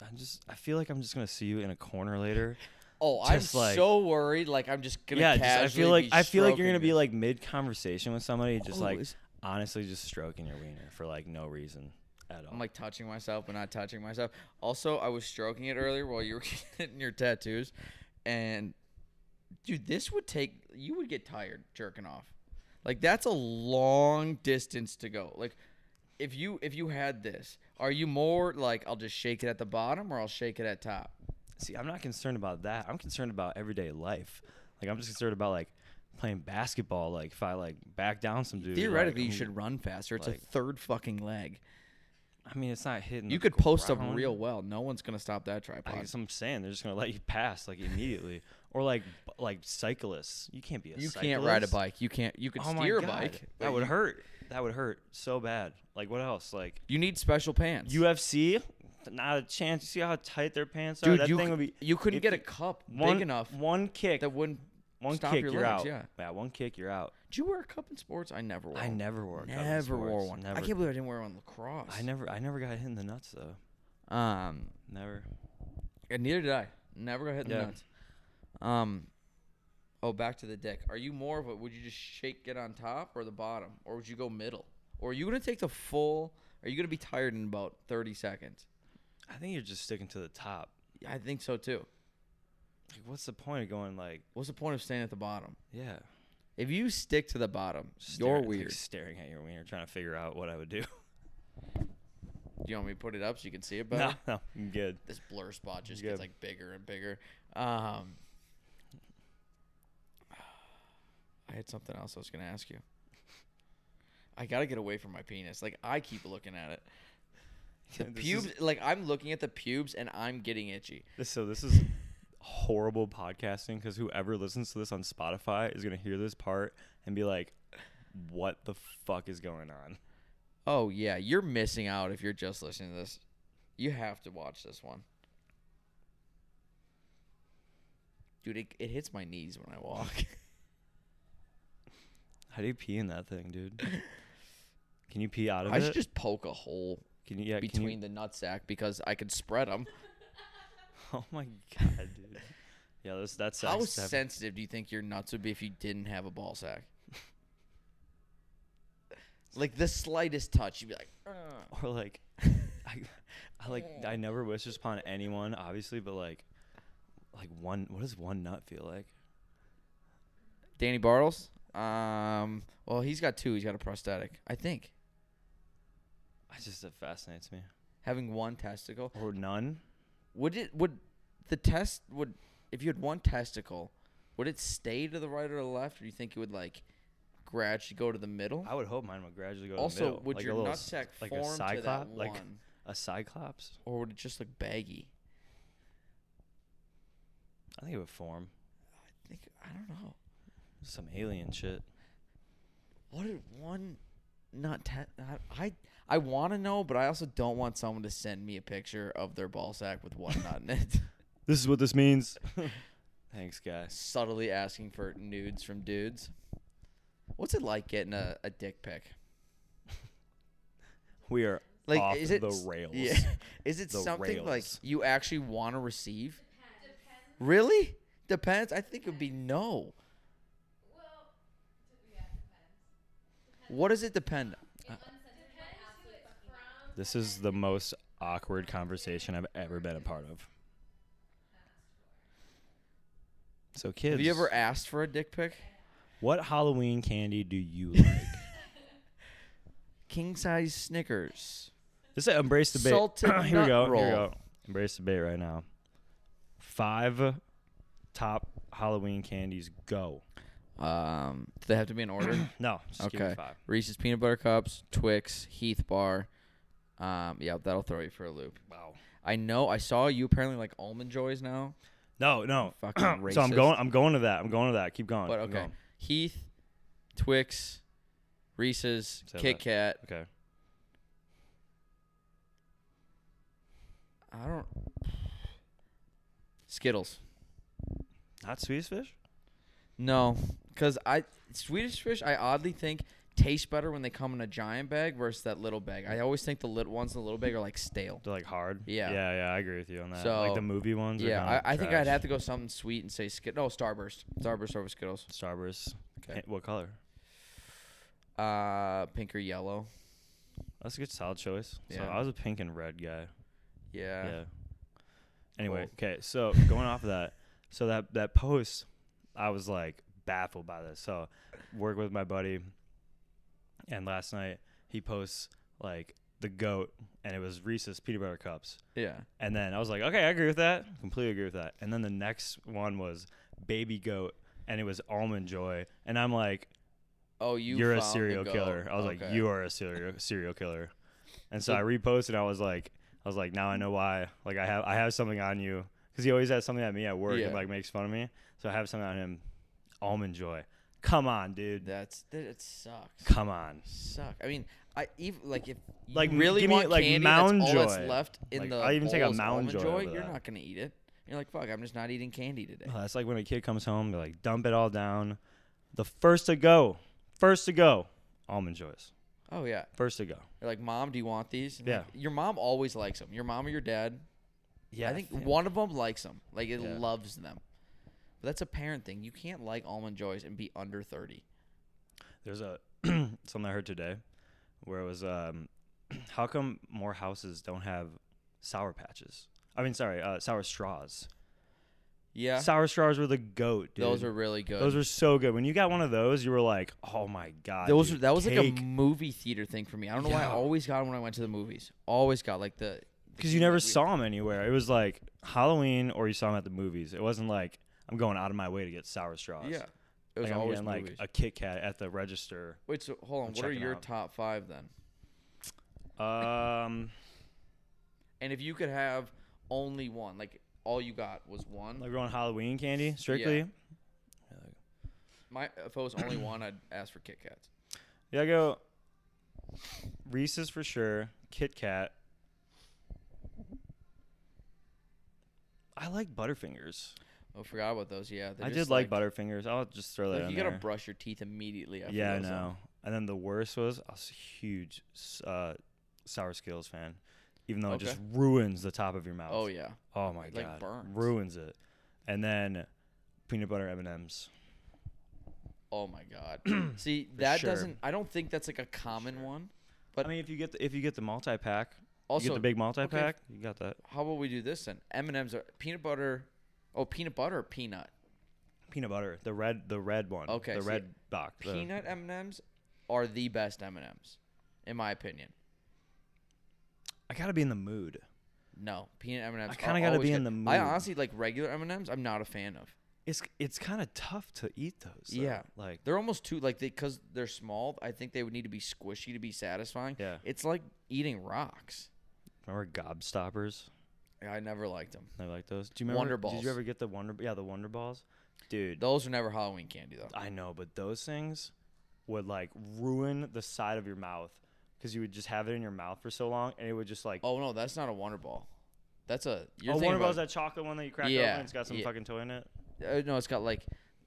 Speaker 2: I'm just. I feel like I'm just gonna see you in a corner later.
Speaker 1: Oh,
Speaker 2: Just,
Speaker 1: I'm
Speaker 2: like-
Speaker 1: so worried. Like I'm just gonna.
Speaker 2: yeah,
Speaker 1: Yeah,
Speaker 2: just, I feel like I feel like you're gonna be like mid conversation with somebody, just like
Speaker 1: Always.
Speaker 2: honestly, just stroking your wiener for like no reason at all.
Speaker 1: I'm like touching myself, but not touching myself. Also, I was stroking it earlier while you were getting your tattoos, and dude, this would take. You would get tired jerking off. Like that's a long distance to go. Like if you if you had this, are you more like I'll just shake it at the bottom or I'll shake it at top?
Speaker 2: see, I'm not concerned about that. I'm concerned about everyday life. Like, I'm just concerned about like playing basketball. Like, if I like back down some dude, like,
Speaker 1: Theoretically, you
Speaker 2: I'm-
Speaker 1: should run faster. It's
Speaker 2: like-
Speaker 1: a third fucking leg.
Speaker 2: I mean, it's not hitting.
Speaker 1: You
Speaker 2: the
Speaker 1: could post up
Speaker 2: ground.
Speaker 1: real well. No one's gonna stop that
Speaker 2: I
Speaker 1: tripod.
Speaker 2: guess I'm saying they're just gonna let you pass like immediately, or like b- like cyclists. You can't be a
Speaker 1: You
Speaker 2: cyclist.
Speaker 1: can't ride a bike. You can't. You can
Speaker 2: Oh my
Speaker 1: steer a
Speaker 2: God.
Speaker 1: bike.
Speaker 2: That
Speaker 1: but
Speaker 2: would
Speaker 1: you-
Speaker 2: hurt. That would hurt so bad. Like what else? Like
Speaker 1: You need special pants.
Speaker 2: UFC, not a chance. You see how tight their pants are?
Speaker 1: dude,
Speaker 2: that
Speaker 1: you,
Speaker 2: thing
Speaker 1: c-
Speaker 2: would be
Speaker 1: you couldn't
Speaker 2: if
Speaker 1: get a
Speaker 2: you-
Speaker 1: cup
Speaker 2: one,
Speaker 1: big enough
Speaker 2: One kick.
Speaker 1: that wouldn't.
Speaker 2: one
Speaker 1: stop
Speaker 2: kick.
Speaker 1: your
Speaker 2: you're
Speaker 1: legs,
Speaker 2: out.
Speaker 1: yeah.
Speaker 2: One kick. You're out.
Speaker 1: Did you wear a cup in sports? I never wore.
Speaker 2: I
Speaker 1: one.
Speaker 2: never wore. A cup in
Speaker 1: never wore
Speaker 2: sports.
Speaker 1: one.
Speaker 2: Never.
Speaker 1: I can't believe I didn't wear one in lacrosse.
Speaker 2: I never. I never got hit in the nuts though.
Speaker 1: Um,
Speaker 2: Never.
Speaker 1: and neither did I. Never got hit in
Speaker 2: Yeah.
Speaker 1: the nuts. Um, oh, back to the dick. Are you more of a? Would you just shake it on top or the bottom, or would you go middle? Or are you gonna take the full? Are you gonna be tired in about thirty seconds?
Speaker 2: I think you're just sticking to the top.
Speaker 1: I think so too.
Speaker 2: Like, what's the point of going like?
Speaker 1: What's the point of staying at the bottom?
Speaker 2: Yeah.
Speaker 1: If you stick to the bottom,
Speaker 2: staring-
Speaker 1: you're
Speaker 2: like,
Speaker 1: weird.
Speaker 2: staring at your wiener, trying to figure out what I would do.
Speaker 1: Do you want me to put it up so you can see it better?
Speaker 2: no, no, I'm good.
Speaker 1: This blur spot just
Speaker 2: Good.
Speaker 1: gets like bigger and bigger. Um, I had something else I was gonna ask you. I gotta get away from my penis. Like I keep looking at it. The
Speaker 2: This
Speaker 1: pubes,
Speaker 2: is-
Speaker 1: like I'm looking at the pubes and I'm getting itchy.
Speaker 2: this- so this is horrible podcasting because whoever listens to this on Spotify is gonna hear this part and be like, "What the fuck is going on?"
Speaker 1: Oh yeah, you're missing out if you're just listening to this. You have to watch this one. Dude, it, it hits my knees when I walk.
Speaker 2: How do you pee in that thing, dude? Can you pee out of
Speaker 1: I
Speaker 2: it?
Speaker 1: should just poke a hole
Speaker 2: can you? Yeah, can you-
Speaker 1: between the nutsack because I could spread them.
Speaker 2: oh my god, dude. Yeah, that's that's
Speaker 1: How
Speaker 2: sex stuff.
Speaker 1: sensitive do you think your nuts would be if you didn't have a ball sack? like the slightest touch, you'd be like, "Ugh."
Speaker 2: or like I, I like I never wish this upon anyone, obviously, but like like one what does one nut feel like?
Speaker 1: Danny Bartles. Um, well, he's got two. He's got a prosthetic, I think.
Speaker 2: I just it fascinates me.
Speaker 1: Having one testicle
Speaker 2: Or none?
Speaker 1: would it would the test would if you had one testicle would it stay to the right or the left, or do you think it would like gradually go to the middle?
Speaker 2: I would hope mine would gradually go. to
Speaker 1: Also,
Speaker 2: the middle,
Speaker 1: would
Speaker 2: like
Speaker 1: your
Speaker 2: a little,
Speaker 1: nutsack
Speaker 2: s- like
Speaker 1: form
Speaker 2: a
Speaker 1: to that
Speaker 2: cyclops, like
Speaker 1: one?
Speaker 2: a cyclops?
Speaker 1: Or would it just look baggy?
Speaker 2: I think it would form
Speaker 1: I think I don't know.
Speaker 2: some alien shit.
Speaker 1: What did one not te- I I, I want to know, but I also don't want someone to send me a picture of their ball sack with one nut in it.
Speaker 2: This is what this means. Thanks, guys.
Speaker 1: Subtly asking for nudes from dudes. What's it like getting a, a dick pic?
Speaker 2: We are
Speaker 1: Like
Speaker 2: off
Speaker 1: is it
Speaker 2: the
Speaker 1: s-
Speaker 2: rails.
Speaker 1: Yeah. Is it
Speaker 2: The
Speaker 1: something like
Speaker 2: rails.
Speaker 1: you actually want to receive?
Speaker 3: Depends
Speaker 1: Really? Depends. I think it would be no.
Speaker 3: Well, d- yeah, depends.
Speaker 1: What does it depend on?
Speaker 3: One sentence might absolutely fucking matter.
Speaker 2: This is the most awkward conversation I've ever been a part of. So kids,
Speaker 1: Have you ever asked for a dick pic?
Speaker 2: what Halloween candy do you like?
Speaker 1: King size Snickers.
Speaker 2: this is embrace debate.
Speaker 1: Salted
Speaker 2: here
Speaker 1: nut
Speaker 2: we go. Here
Speaker 1: roll.
Speaker 2: we go. Embrace debate right now. Five top Halloween candies. Go.
Speaker 1: Um, do they have to be in order?
Speaker 2: No, just give me
Speaker 1: okay.
Speaker 2: five.
Speaker 1: Reese's peanut butter cups, Twix, Heath bar. Um, yeah, that'll throw you for a loop.
Speaker 2: Wow.
Speaker 1: I know. I saw you apparently like almond joys now,
Speaker 2: No, no.
Speaker 1: Fucking
Speaker 2: Oh. so I'm
Speaker 1: racist.
Speaker 2: going. I'm going to that. I'm going to that. Keep going.
Speaker 1: but
Speaker 2: I'm
Speaker 1: okay.
Speaker 2: going.
Speaker 1: Heath, Twix, Reese's,
Speaker 2: Say
Speaker 1: Kit
Speaker 2: that.
Speaker 1: Kat.
Speaker 2: Okay.
Speaker 1: I don't. Skittles.
Speaker 2: Not Swedish fish.
Speaker 1: No, because I Swedish fish I oddly think taste better when they come in a giant bag versus that little bag. I always think the little ones in the little bag are like stale.
Speaker 2: They're like hard.
Speaker 1: Yeah.
Speaker 2: Yeah. Yeah. I agree with you on that. like
Speaker 1: So-
Speaker 2: the movie ones.
Speaker 1: Yeah,
Speaker 2: Are kinda
Speaker 1: I, I think
Speaker 2: trash.
Speaker 1: I'd have to go something sweet and say Skit. No, Starburst. Starburst over Skittles.
Speaker 2: Starburst.
Speaker 1: Okay.
Speaker 2: Hey, What color?
Speaker 1: Uh, pink or yellow.
Speaker 2: That's a good solid choice. So
Speaker 1: Yeah.
Speaker 2: I was a pink and red guy.
Speaker 1: Yeah.
Speaker 2: Yeah. Anyway,
Speaker 1: Cool.
Speaker 2: okay. So going off of that, so that that post, I was like baffled by this. So work with my buddy, and last night he posts like the goat, and it was Reese's peanut butter cups.
Speaker 1: Yeah.
Speaker 2: And then I was like, okay, I agree with that. Completely agree with that. And then the next one was baby goat, and it was almond joy. And I'm like,
Speaker 1: Oh, you.
Speaker 2: you are a
Speaker 1: found the
Speaker 2: serial
Speaker 1: goat.
Speaker 2: killer. I was like,
Speaker 1: Okay.
Speaker 2: you are a serial serial killer. And so
Speaker 1: So-
Speaker 2: I reposted. I was like, I was like, now I know why. Like I have I have something on you because he always has something at me at work
Speaker 1: Yeah.
Speaker 2: and like makes fun of me. So I have something on him. Almond joy. Come on, dude.
Speaker 1: That's that. It sucks.
Speaker 2: Come on.
Speaker 1: Suck. I mean, I even like if you
Speaker 2: Like,
Speaker 1: really
Speaker 2: give me,
Speaker 1: want
Speaker 2: like,
Speaker 1: candy,
Speaker 2: Mound
Speaker 1: that's all that's
Speaker 2: Joy.
Speaker 1: left in
Speaker 2: Like,
Speaker 1: the.
Speaker 2: I'll even take a
Speaker 1: bowl is
Speaker 2: Mound
Speaker 1: Almond
Speaker 2: Joy over
Speaker 1: You're
Speaker 2: that.
Speaker 1: not gonna eat it. You're like, fuck. I'm just not eating candy today.
Speaker 2: Oh, that's like when a kid comes home. They like dump it all down. The first to go, first to go, almond joys.
Speaker 1: Oh yeah.
Speaker 2: First to go.
Speaker 1: You're like, mom, do you want these? And, like,
Speaker 2: Yeah.
Speaker 1: your mom always likes them. Your mom or your dad.
Speaker 2: Yeah,
Speaker 1: I think one of them likes them. Like it
Speaker 2: Yeah.
Speaker 1: loves them. But that's a parent thing. You can't like almond joys and be under thirty.
Speaker 2: There's a something I heard today where it was um how come more houses don't have sour patches? I mean sorry, uh, sour straws.
Speaker 1: Yeah.
Speaker 2: Sour straws were the goat, dude.
Speaker 1: those are really good.
Speaker 2: those were so good. When you got one of those, you were like, "Oh my god!"
Speaker 1: Those
Speaker 2: dude,
Speaker 1: were- that was like
Speaker 2: cake."
Speaker 1: a movie theater thing for me. I don't know why I
Speaker 2: Yeah.
Speaker 1: always got 'em when I went to the movies. Always got like the
Speaker 2: because you never saw them anywhere. It was like Halloween or you saw them at the movies. It wasn't like I'm going out of my way to get sour straws.
Speaker 1: Yeah, it was
Speaker 2: like, I'm
Speaker 1: always
Speaker 2: getting, like
Speaker 1: movies.
Speaker 2: a Kit Kat at the register.
Speaker 1: Wait, so hold on.
Speaker 2: I'm
Speaker 1: What are
Speaker 2: checking
Speaker 1: your
Speaker 2: out.
Speaker 1: top five then?
Speaker 2: Um,
Speaker 1: And if you could have only one, like all you got was one.
Speaker 2: like we're on Halloween candy strictly.
Speaker 1: My if it was only one, I'd ask for Kit Kats.
Speaker 2: Yeah, I go Reese's for sure. Kit Kat. I like Butterfingers.
Speaker 1: Oh, forgot about those. Yeah, they
Speaker 2: I
Speaker 1: just,
Speaker 2: did like, Butterfingers. I'll just throw that
Speaker 1: Like,
Speaker 2: in
Speaker 1: you
Speaker 2: there.
Speaker 1: gotta brush your teeth immediately. After
Speaker 2: yeah, I
Speaker 1: those, though.
Speaker 2: know. And then the worst was I was a huge uh, Sour Skills fan, even though it just ruins the top of your mouth.
Speaker 1: Oh yeah.
Speaker 2: Oh my
Speaker 1: It, like,
Speaker 2: god,
Speaker 1: burns.
Speaker 2: ruins it. And then peanut butter M and M's.
Speaker 1: Oh my god. See, that
Speaker 2: sure.
Speaker 1: doesn't. I don't think that's like a common one. But-
Speaker 2: I mean, if you get the, if you get the multi pack, you
Speaker 1: Also,
Speaker 2: get the big multi pack, you got that
Speaker 1: how about we do this then? M and M's are peanut butter. Oh, peanut butter or peanut?
Speaker 2: peanut butter, the red the red one.
Speaker 1: Okay,
Speaker 2: the
Speaker 1: so
Speaker 2: red box. the-
Speaker 1: Peanut M and M's are the best M and M's, in my opinion.
Speaker 2: I gotta be in the mood.
Speaker 1: No, peanut M and M's.
Speaker 2: kinda gotta be in the
Speaker 1: I
Speaker 2: mood.
Speaker 1: honestly like regular M and M's. I'm not a fan of.
Speaker 2: It's it's kind of tough to eat those. though.
Speaker 1: Yeah.
Speaker 2: like
Speaker 1: They're almost too like they because they're small. I think they would need to be squishy to be satisfying.
Speaker 2: Yeah.
Speaker 1: It's like eating rocks.
Speaker 2: remember gobstoppers?
Speaker 1: I never liked them.
Speaker 2: I like those. Do you remember?
Speaker 1: Wonder
Speaker 2: Did
Speaker 1: Balls.
Speaker 2: you ever get the wonder? Yeah, the wonder balls, dude.
Speaker 1: Those are never Halloween candy though.
Speaker 2: I know, but those things would like ruin the side of your mouth because you would just have it in your mouth for so long, and it would just like.
Speaker 1: Oh no, that's not a Wonder Ball. That's a you're
Speaker 2: Oh,
Speaker 1: thinking
Speaker 2: Wonder Balls,
Speaker 1: about-
Speaker 2: that chocolate one that you crack
Speaker 1: Yeah,
Speaker 2: open. It's got some
Speaker 1: yeah.
Speaker 2: fucking toy in it.
Speaker 1: uh, no, it's got like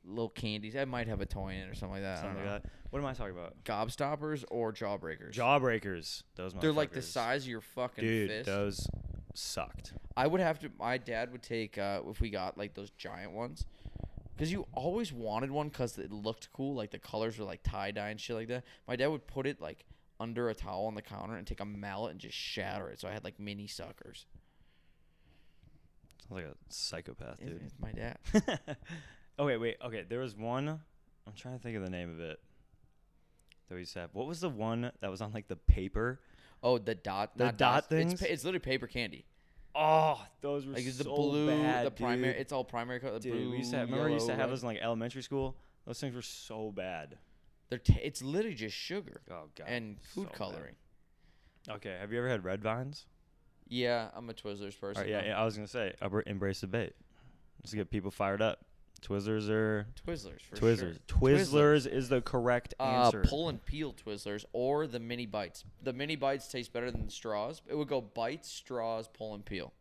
Speaker 1: little candies. That might have a toy in it or something like that.
Speaker 2: Something like that. What am I talking about?
Speaker 1: that. Gobstoppers or jawbreakers.
Speaker 2: Jawbreakers. Those.
Speaker 1: They're like the
Speaker 2: motherfuckers.
Speaker 1: size of your fucking
Speaker 2: Dude,
Speaker 1: fist.
Speaker 2: those sucked.
Speaker 1: I would have to. My dad would take uh, if we got like those giant ones, because you always wanted one because it looked cool. Like the colors were like tie dye and shit like that. My dad would put it like under a towel on the counter and take a mallet and just shatter it. So I had like mini suckers.
Speaker 2: Sounds like a psychopath,
Speaker 1: It's,
Speaker 2: dude.
Speaker 1: it's my dad.
Speaker 2: okay, wait. Okay, there was one. I'm trying to think of the name of it. That we used to have. What was the one that was on like the paper?
Speaker 1: Oh, the dot.
Speaker 2: The
Speaker 1: not
Speaker 2: dot
Speaker 1: dots. It's,
Speaker 2: things?
Speaker 1: pa- it's literally paper candy.
Speaker 2: Oh, those were
Speaker 1: Like it's
Speaker 2: so
Speaker 1: the blue,
Speaker 2: bad,
Speaker 1: the primary.
Speaker 2: dude.
Speaker 1: It's all primary color. The
Speaker 2: Dude,
Speaker 1: blue,
Speaker 2: we used to have, remember we used to
Speaker 1: yellow,
Speaker 2: have
Speaker 1: red.
Speaker 2: those in like elementary school. Those things were so bad.
Speaker 1: They're ta it's literally just sugar
Speaker 2: Oh god.
Speaker 1: and
Speaker 2: so
Speaker 1: food
Speaker 2: bad.
Speaker 1: coloring.
Speaker 2: Okay, have you ever had red vines?
Speaker 1: Yeah, I'm a Twizzlers person.
Speaker 2: Alright, yeah,
Speaker 1: though.
Speaker 2: yeah, I was gonna say abra- embrace the bait. Just get people fired up. Twizzlers are
Speaker 1: Twizzlers for sure.
Speaker 2: Twizzlers. Twizzlers is the correct
Speaker 1: Uh,
Speaker 2: answer.
Speaker 1: pull and peel Twizzlers or the mini bites. The mini bites taste better than the straws. It would go bites, straws, pull and peel.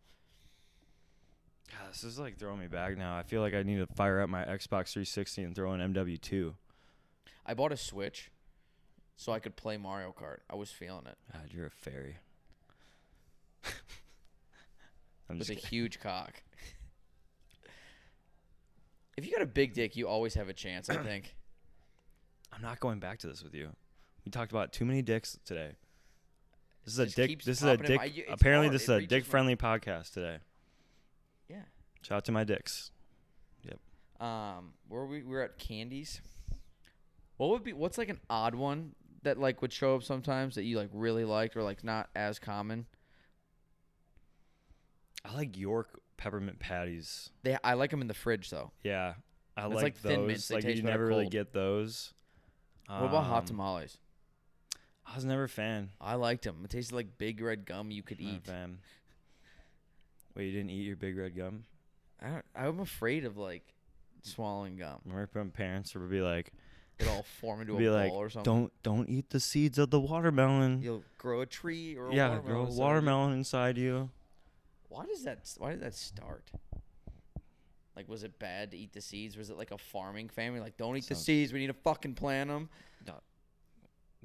Speaker 2: God, this is like throwing me back now. I feel like I need to fire up my Xbox 360 and throw an MW2.
Speaker 1: I bought a Switch, so I could play Mario Kart. I was feeling it.
Speaker 2: God, you're a fairy.
Speaker 1: With
Speaker 2: I'm just
Speaker 1: a
Speaker 2: kidding.
Speaker 1: huge cock. if you got a big dick, you always have a chance. I think.
Speaker 2: I'm not going back to this with you. We talked about too many dicks today. This is a
Speaker 1: Just
Speaker 2: dick.
Speaker 1: keeps
Speaker 2: This is a
Speaker 1: popping in
Speaker 2: dick.
Speaker 1: my- you- it's
Speaker 2: apparently,
Speaker 1: hard.
Speaker 2: this is
Speaker 1: It
Speaker 2: a
Speaker 1: reaches my-
Speaker 2: dick-friendly podcast today.
Speaker 1: Yeah.
Speaker 2: Shout out to my dicks.
Speaker 1: Um, where we we are at candies. What would be what's like an odd one that like would show up sometimes that you like really liked or like not as common?
Speaker 2: I like York peppermint patties.
Speaker 1: They I like them in the fridge though.
Speaker 2: Yeah, I
Speaker 1: It's
Speaker 2: like,
Speaker 1: like Thin
Speaker 2: those.
Speaker 1: Mints. They
Speaker 2: Like
Speaker 1: taste
Speaker 2: you
Speaker 1: better
Speaker 2: never really
Speaker 1: cold.
Speaker 2: get those.
Speaker 1: What about hot
Speaker 2: Um,
Speaker 1: tamales?
Speaker 2: I was never a fan.
Speaker 1: I liked them. It tasted like big red gum you could
Speaker 2: Not a
Speaker 1: eat.
Speaker 2: fan. Wait, you didn't eat your big red gum?
Speaker 1: I don't, I'm afraid of like swallowing gum.
Speaker 2: Remember when parents would be like,
Speaker 1: It all form into a
Speaker 2: be
Speaker 1: ball
Speaker 2: like,
Speaker 1: or something.
Speaker 2: don't don't eat the seeds of the watermelon.
Speaker 1: You'll grow a tree or a
Speaker 2: yeah,
Speaker 1: watermelon.
Speaker 2: grow a
Speaker 1: inside you.
Speaker 2: watermelon inside you.
Speaker 1: Why does that? Why did that start? Like, was it bad to eat the seeds? Was it like a farming family? Like, don't eat the
Speaker 2: Sounds-
Speaker 1: seeds. We need to fucking plant them.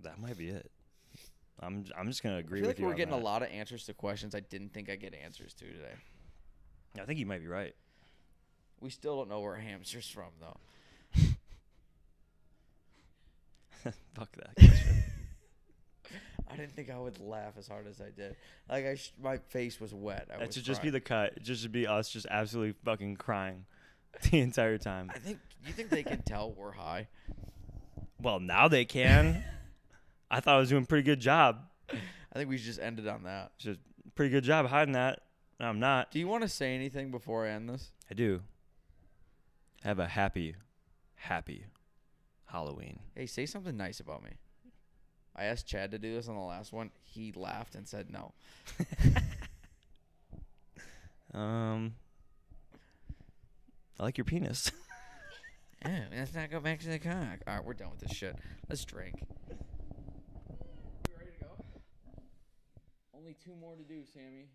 Speaker 2: That might be it. I'm j- I'm just gonna
Speaker 1: I
Speaker 2: agree
Speaker 1: feel
Speaker 2: with
Speaker 1: like
Speaker 2: you.
Speaker 1: we're
Speaker 2: on
Speaker 1: getting
Speaker 2: that.
Speaker 1: a lot of answers to questions I didn't think I'd get answers to today.
Speaker 2: I think you might be right.
Speaker 1: We still don't know where our hamster's from though.
Speaker 2: Fuck that. question.
Speaker 1: I didn't think I would laugh as hard as I did. Like I, sh- my face was wet. I
Speaker 2: that
Speaker 1: was
Speaker 2: should just be
Speaker 1: crying.
Speaker 2: the cut. It just should be us just absolutely fucking crying the entire time.
Speaker 1: I think you think they can tell we're high.
Speaker 2: Well, now they can. I thought I was doing a pretty good job.
Speaker 1: I think we should just end it on that.
Speaker 2: Just pretty good job hiding that. I'm not.
Speaker 1: Do you want to say anything before I end this?
Speaker 2: I do. Have a happy, happy Halloween.
Speaker 1: Hey, say something nice about me. I asked Chad to do this on the last one. He laughed and said no.
Speaker 2: Um, I like your penis.
Speaker 1: Oh, let's not go back to the cock. All right, we're done with this shit. Let's drink. You ready to go? Only two more to do, Sammy.